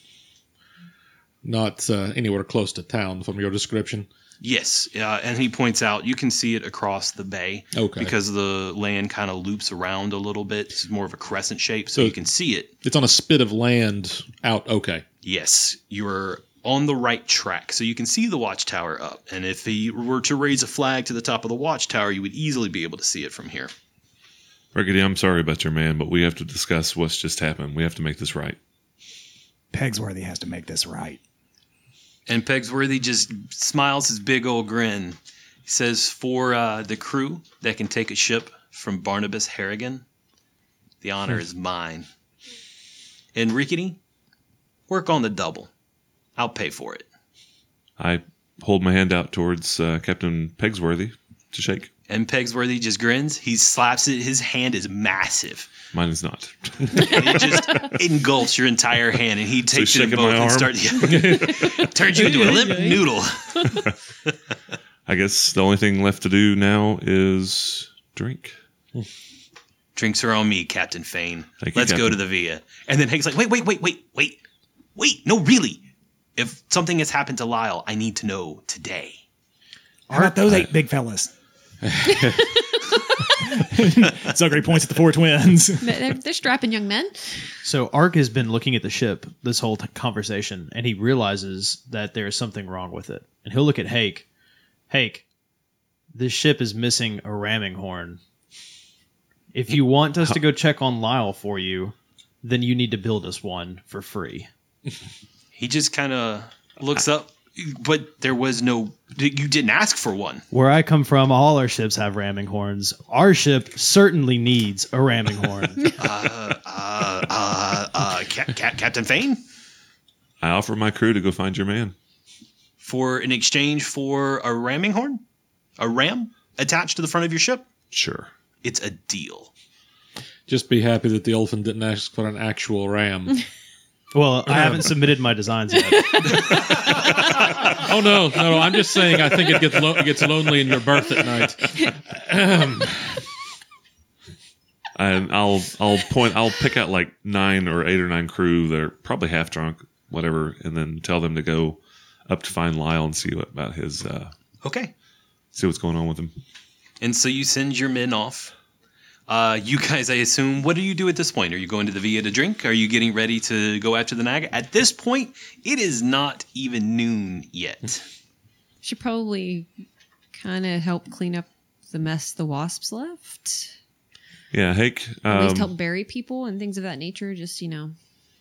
H: not uh, anywhere close to town, from your description.
B: yes uh, and he points out you can see it across the bay
H: Okay.
B: because the land kind of loops around a little bit it's more of a crescent shape so
H: So-
B: you can see it
H: It's on a spit of land out. Okay.
B: Yes, you're on the right track. So you can see the watchtower up. And if he were to raise a flag to the top of the watchtower, you would easily be able to see it from here.
E: Rickety, I'm sorry about your man, but we have to discuss what's just happened. We have to make this right.
C: Pegsworthy has to make this right.
B: And Pegsworthy just smiles his big old grin He says for uh, the crew that can take a ship from Barnabas Harrigan, the honor is mine. And Rickety, work on the double. I'll pay for it.
E: I hold my hand out towards uh, Captain Pegsworthy to shake.
B: And Pegsworthy just grins. He slaps it. His hand is massive.
E: Mine is not.
B: And it just engulfs your entire hand. And he takes it in
E: shaking
B: both
E: my
B: and
E: arm?
B: starts turns you into a limp noodle.
E: I guess the only thing left to do now is drink.
B: Drinks are on me, Captain Fane.
E: Thank you,
B: Let's go
E: Captain.
B: to the Via. And then Hank's like, wait, wait, wait, wait, wait, wait. No, really. If something has happened to Lyle, I need to know today.
C: How about those eight big fellas? Zuggery points at the four twins.
I: They're, they're strapping young men.
F: So Ark has been looking at the ship this whole t- conversation, and he realizes that there is something wrong with it. And he'll look at Hake. Hake, this ship is missing a ramming horn. If you want us to go check on Lyle for you, then you need to build us one for free.
B: He just kind of looks up, but there was no, you didn't ask for one.
F: Where I come from, all our ships have ramming horns. Our ship certainly needs a ramming horn.
B: Uh, uh, uh, Cap- Cap- Captain Fane?
E: I offer my crew to go find your man.
B: For in exchange for a ramming horn? A ram attached to the front of your ship?
E: Sure.
B: It's a deal.
H: Just be happy that the elephant didn't ask for an actual ram.
F: well, I haven't submitted my designs yet.
H: oh no, no, no! I'm just saying. I think it gets lo- it gets lonely in your berth at night.
E: And I'll I'll point I'll pick out like nine or eight or nine crew that are probably half drunk, whatever, and then tell them to go up to find Lyle and see what about his uh,
B: Okay.
E: see what's going on with him.
B: And so you send your men off. Uh, you guys, I assume, what do you do at this point? Are you going to the Via to drink? Are you getting ready to go after the Naga? At this point, it is not even noon yet.
I: Should probably kind of help clean up the mess the wasps left.
E: Yeah, Hake,
I: At
E: um,
I: least help bury people and things of that nature. Just you know,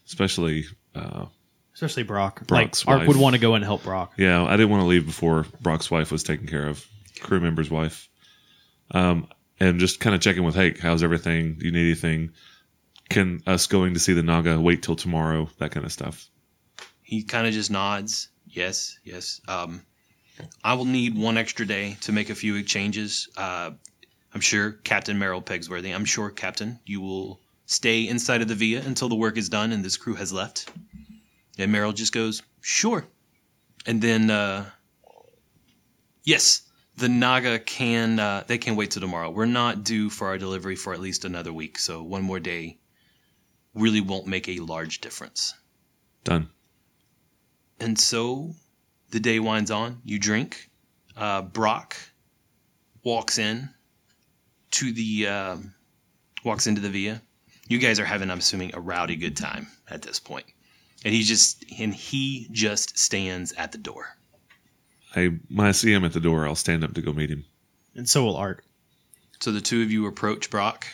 E: especially. Uh,
F: Especially Brock.
E: Brock's
F: like, Ark would
E: wife.
F: want to go and help Brock.
E: yeah, I didn't want to leave before Brock's wife was taken care of, crew member's wife. Um, and just kind of checking with Hake, how's everything? Do you need anything? Can us going to see the Naga wait till tomorrow? That kind of stuff.
B: He kind of just nods. Yes, yes. Um, I will need one extra day to make a few changes. Uh, I'm sure Captain Merrill Pegsworthy, I'm sure, Captain, you will stay inside of the Via until the work is done and this crew has left. And Merrill just goes, sure. And then, uh, yes, the Naga can, uh, they can wait till tomorrow. We're not due for our delivery for at least another week, so one more day really won't make a large difference.
E: Done.
B: And so the day winds on. You drink. Uh, Brock walks in to the um, walks into the via. You guys are having, I'm assuming, a rowdy good time at this point. And he just and he just stands at the door.
E: I when I see him at the door, I'll stand up to go meet him.
F: And so will Ark.
B: So the two of you approach Brock,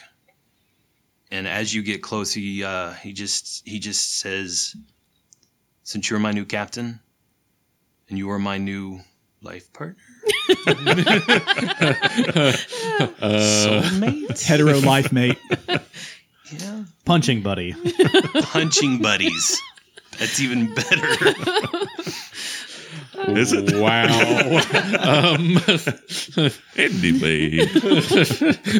B: and as you get close, he uh, he just he just says, "Since you're my new captain, and you are my new life partner, soulmate,
C: Hetero life mate.
B: yeah,
F: Punching buddy.
B: punching buddies. That's even better.
E: Is it?
H: Wow. um,
E: Anyway,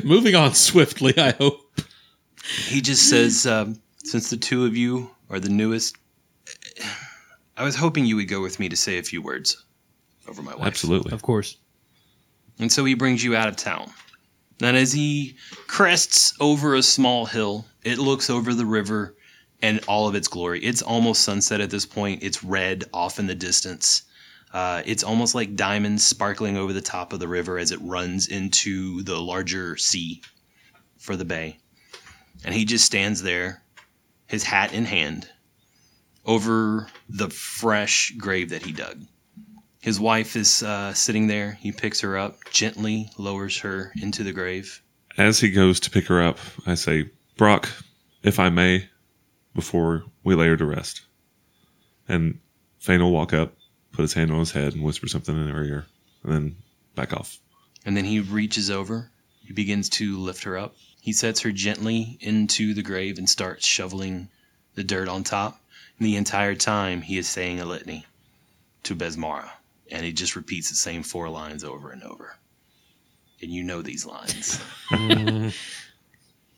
H: moving on swiftly. I hope.
B: He just says, um, "Since the two of you are the newest, I was hoping you would go with me to say a few words over my wife."
E: absolutely.
F: Of course.
B: And so he brings you out of town. And as he crests over a small hill, it looks over the river and all of its glory. It's almost sunset at this point. It's red off in the distance. Uh, it's almost like diamonds sparkling over the top of the river as it runs into the larger sea for the bay. And he just stands there, his hat in hand, over the fresh grave that he dug. His wife is uh, sitting there. He picks her up, gently lowers her into the grave.
E: As he goes to pick her up, I say, Brock, if I may, before we lay her to rest. And Fane will walk up, put his hand on his head, and whisper something in her ear. And then Back off.
B: And then he reaches over. He begins to lift her up. He sets her gently into the grave and starts shoveling the dirt on top. And the entire time, he is saying a litany to Besmara. And he just repeats the same four lines over and over. And you know these lines.
H: Mm.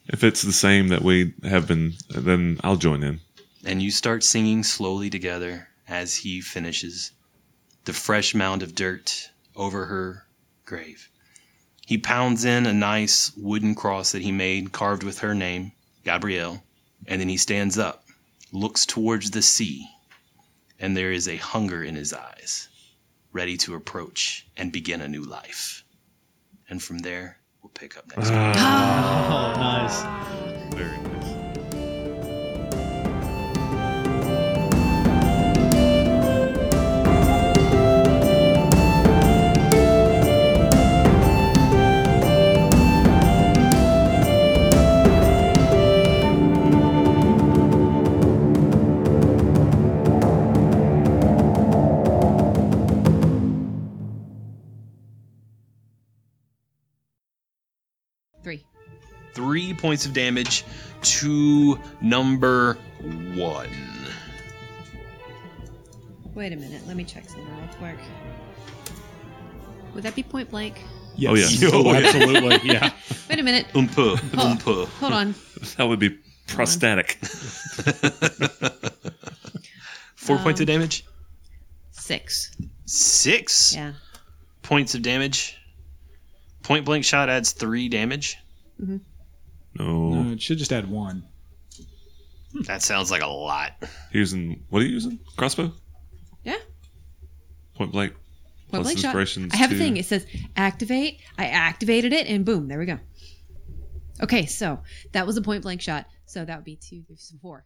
E: If it's the same that we have been, then I'll join in.
B: and you start singing slowly together as he finishes the fresh mound of dirt over her grave. He pounds in a nice wooden cross that he made, carved with her name, Gabrielle, and then he stands up, looks towards the sea, and there is a hunger in his eyes, ready to approach and begin a new life. And from there, we'll pick up next time.
F: Oh, nice.
E: Very nice.
I: Three.
B: three points of damage to number one.
I: Wait a minute. Let me check something real quick. Would that be point blank?
C: Yes.
E: Oh, yes.
H: Oh, absolutely. Yeah.
I: Wait a minute.
B: Oompa,
I: Hold,
B: oompa.
I: hold on.
E: That would be prostatic.
B: Four points of
I: Um,
B: damage.
I: Six.
B: Six
I: Yeah.
B: points of damage. Point blank shot adds three damage.
E: No.
C: No, Uh, it should just add one.
B: That sounds like a lot.
E: Using what are you using? Crossbow?
I: Yeah.
E: Point blank.
I: Point
E: Plus
I: blank shot.
E: inspirations
I: I have
E: to-
I: a thing. It says activate. I activated it, and boom, there we go. Okay, so that was a point blank shot. So that would be two, three, four.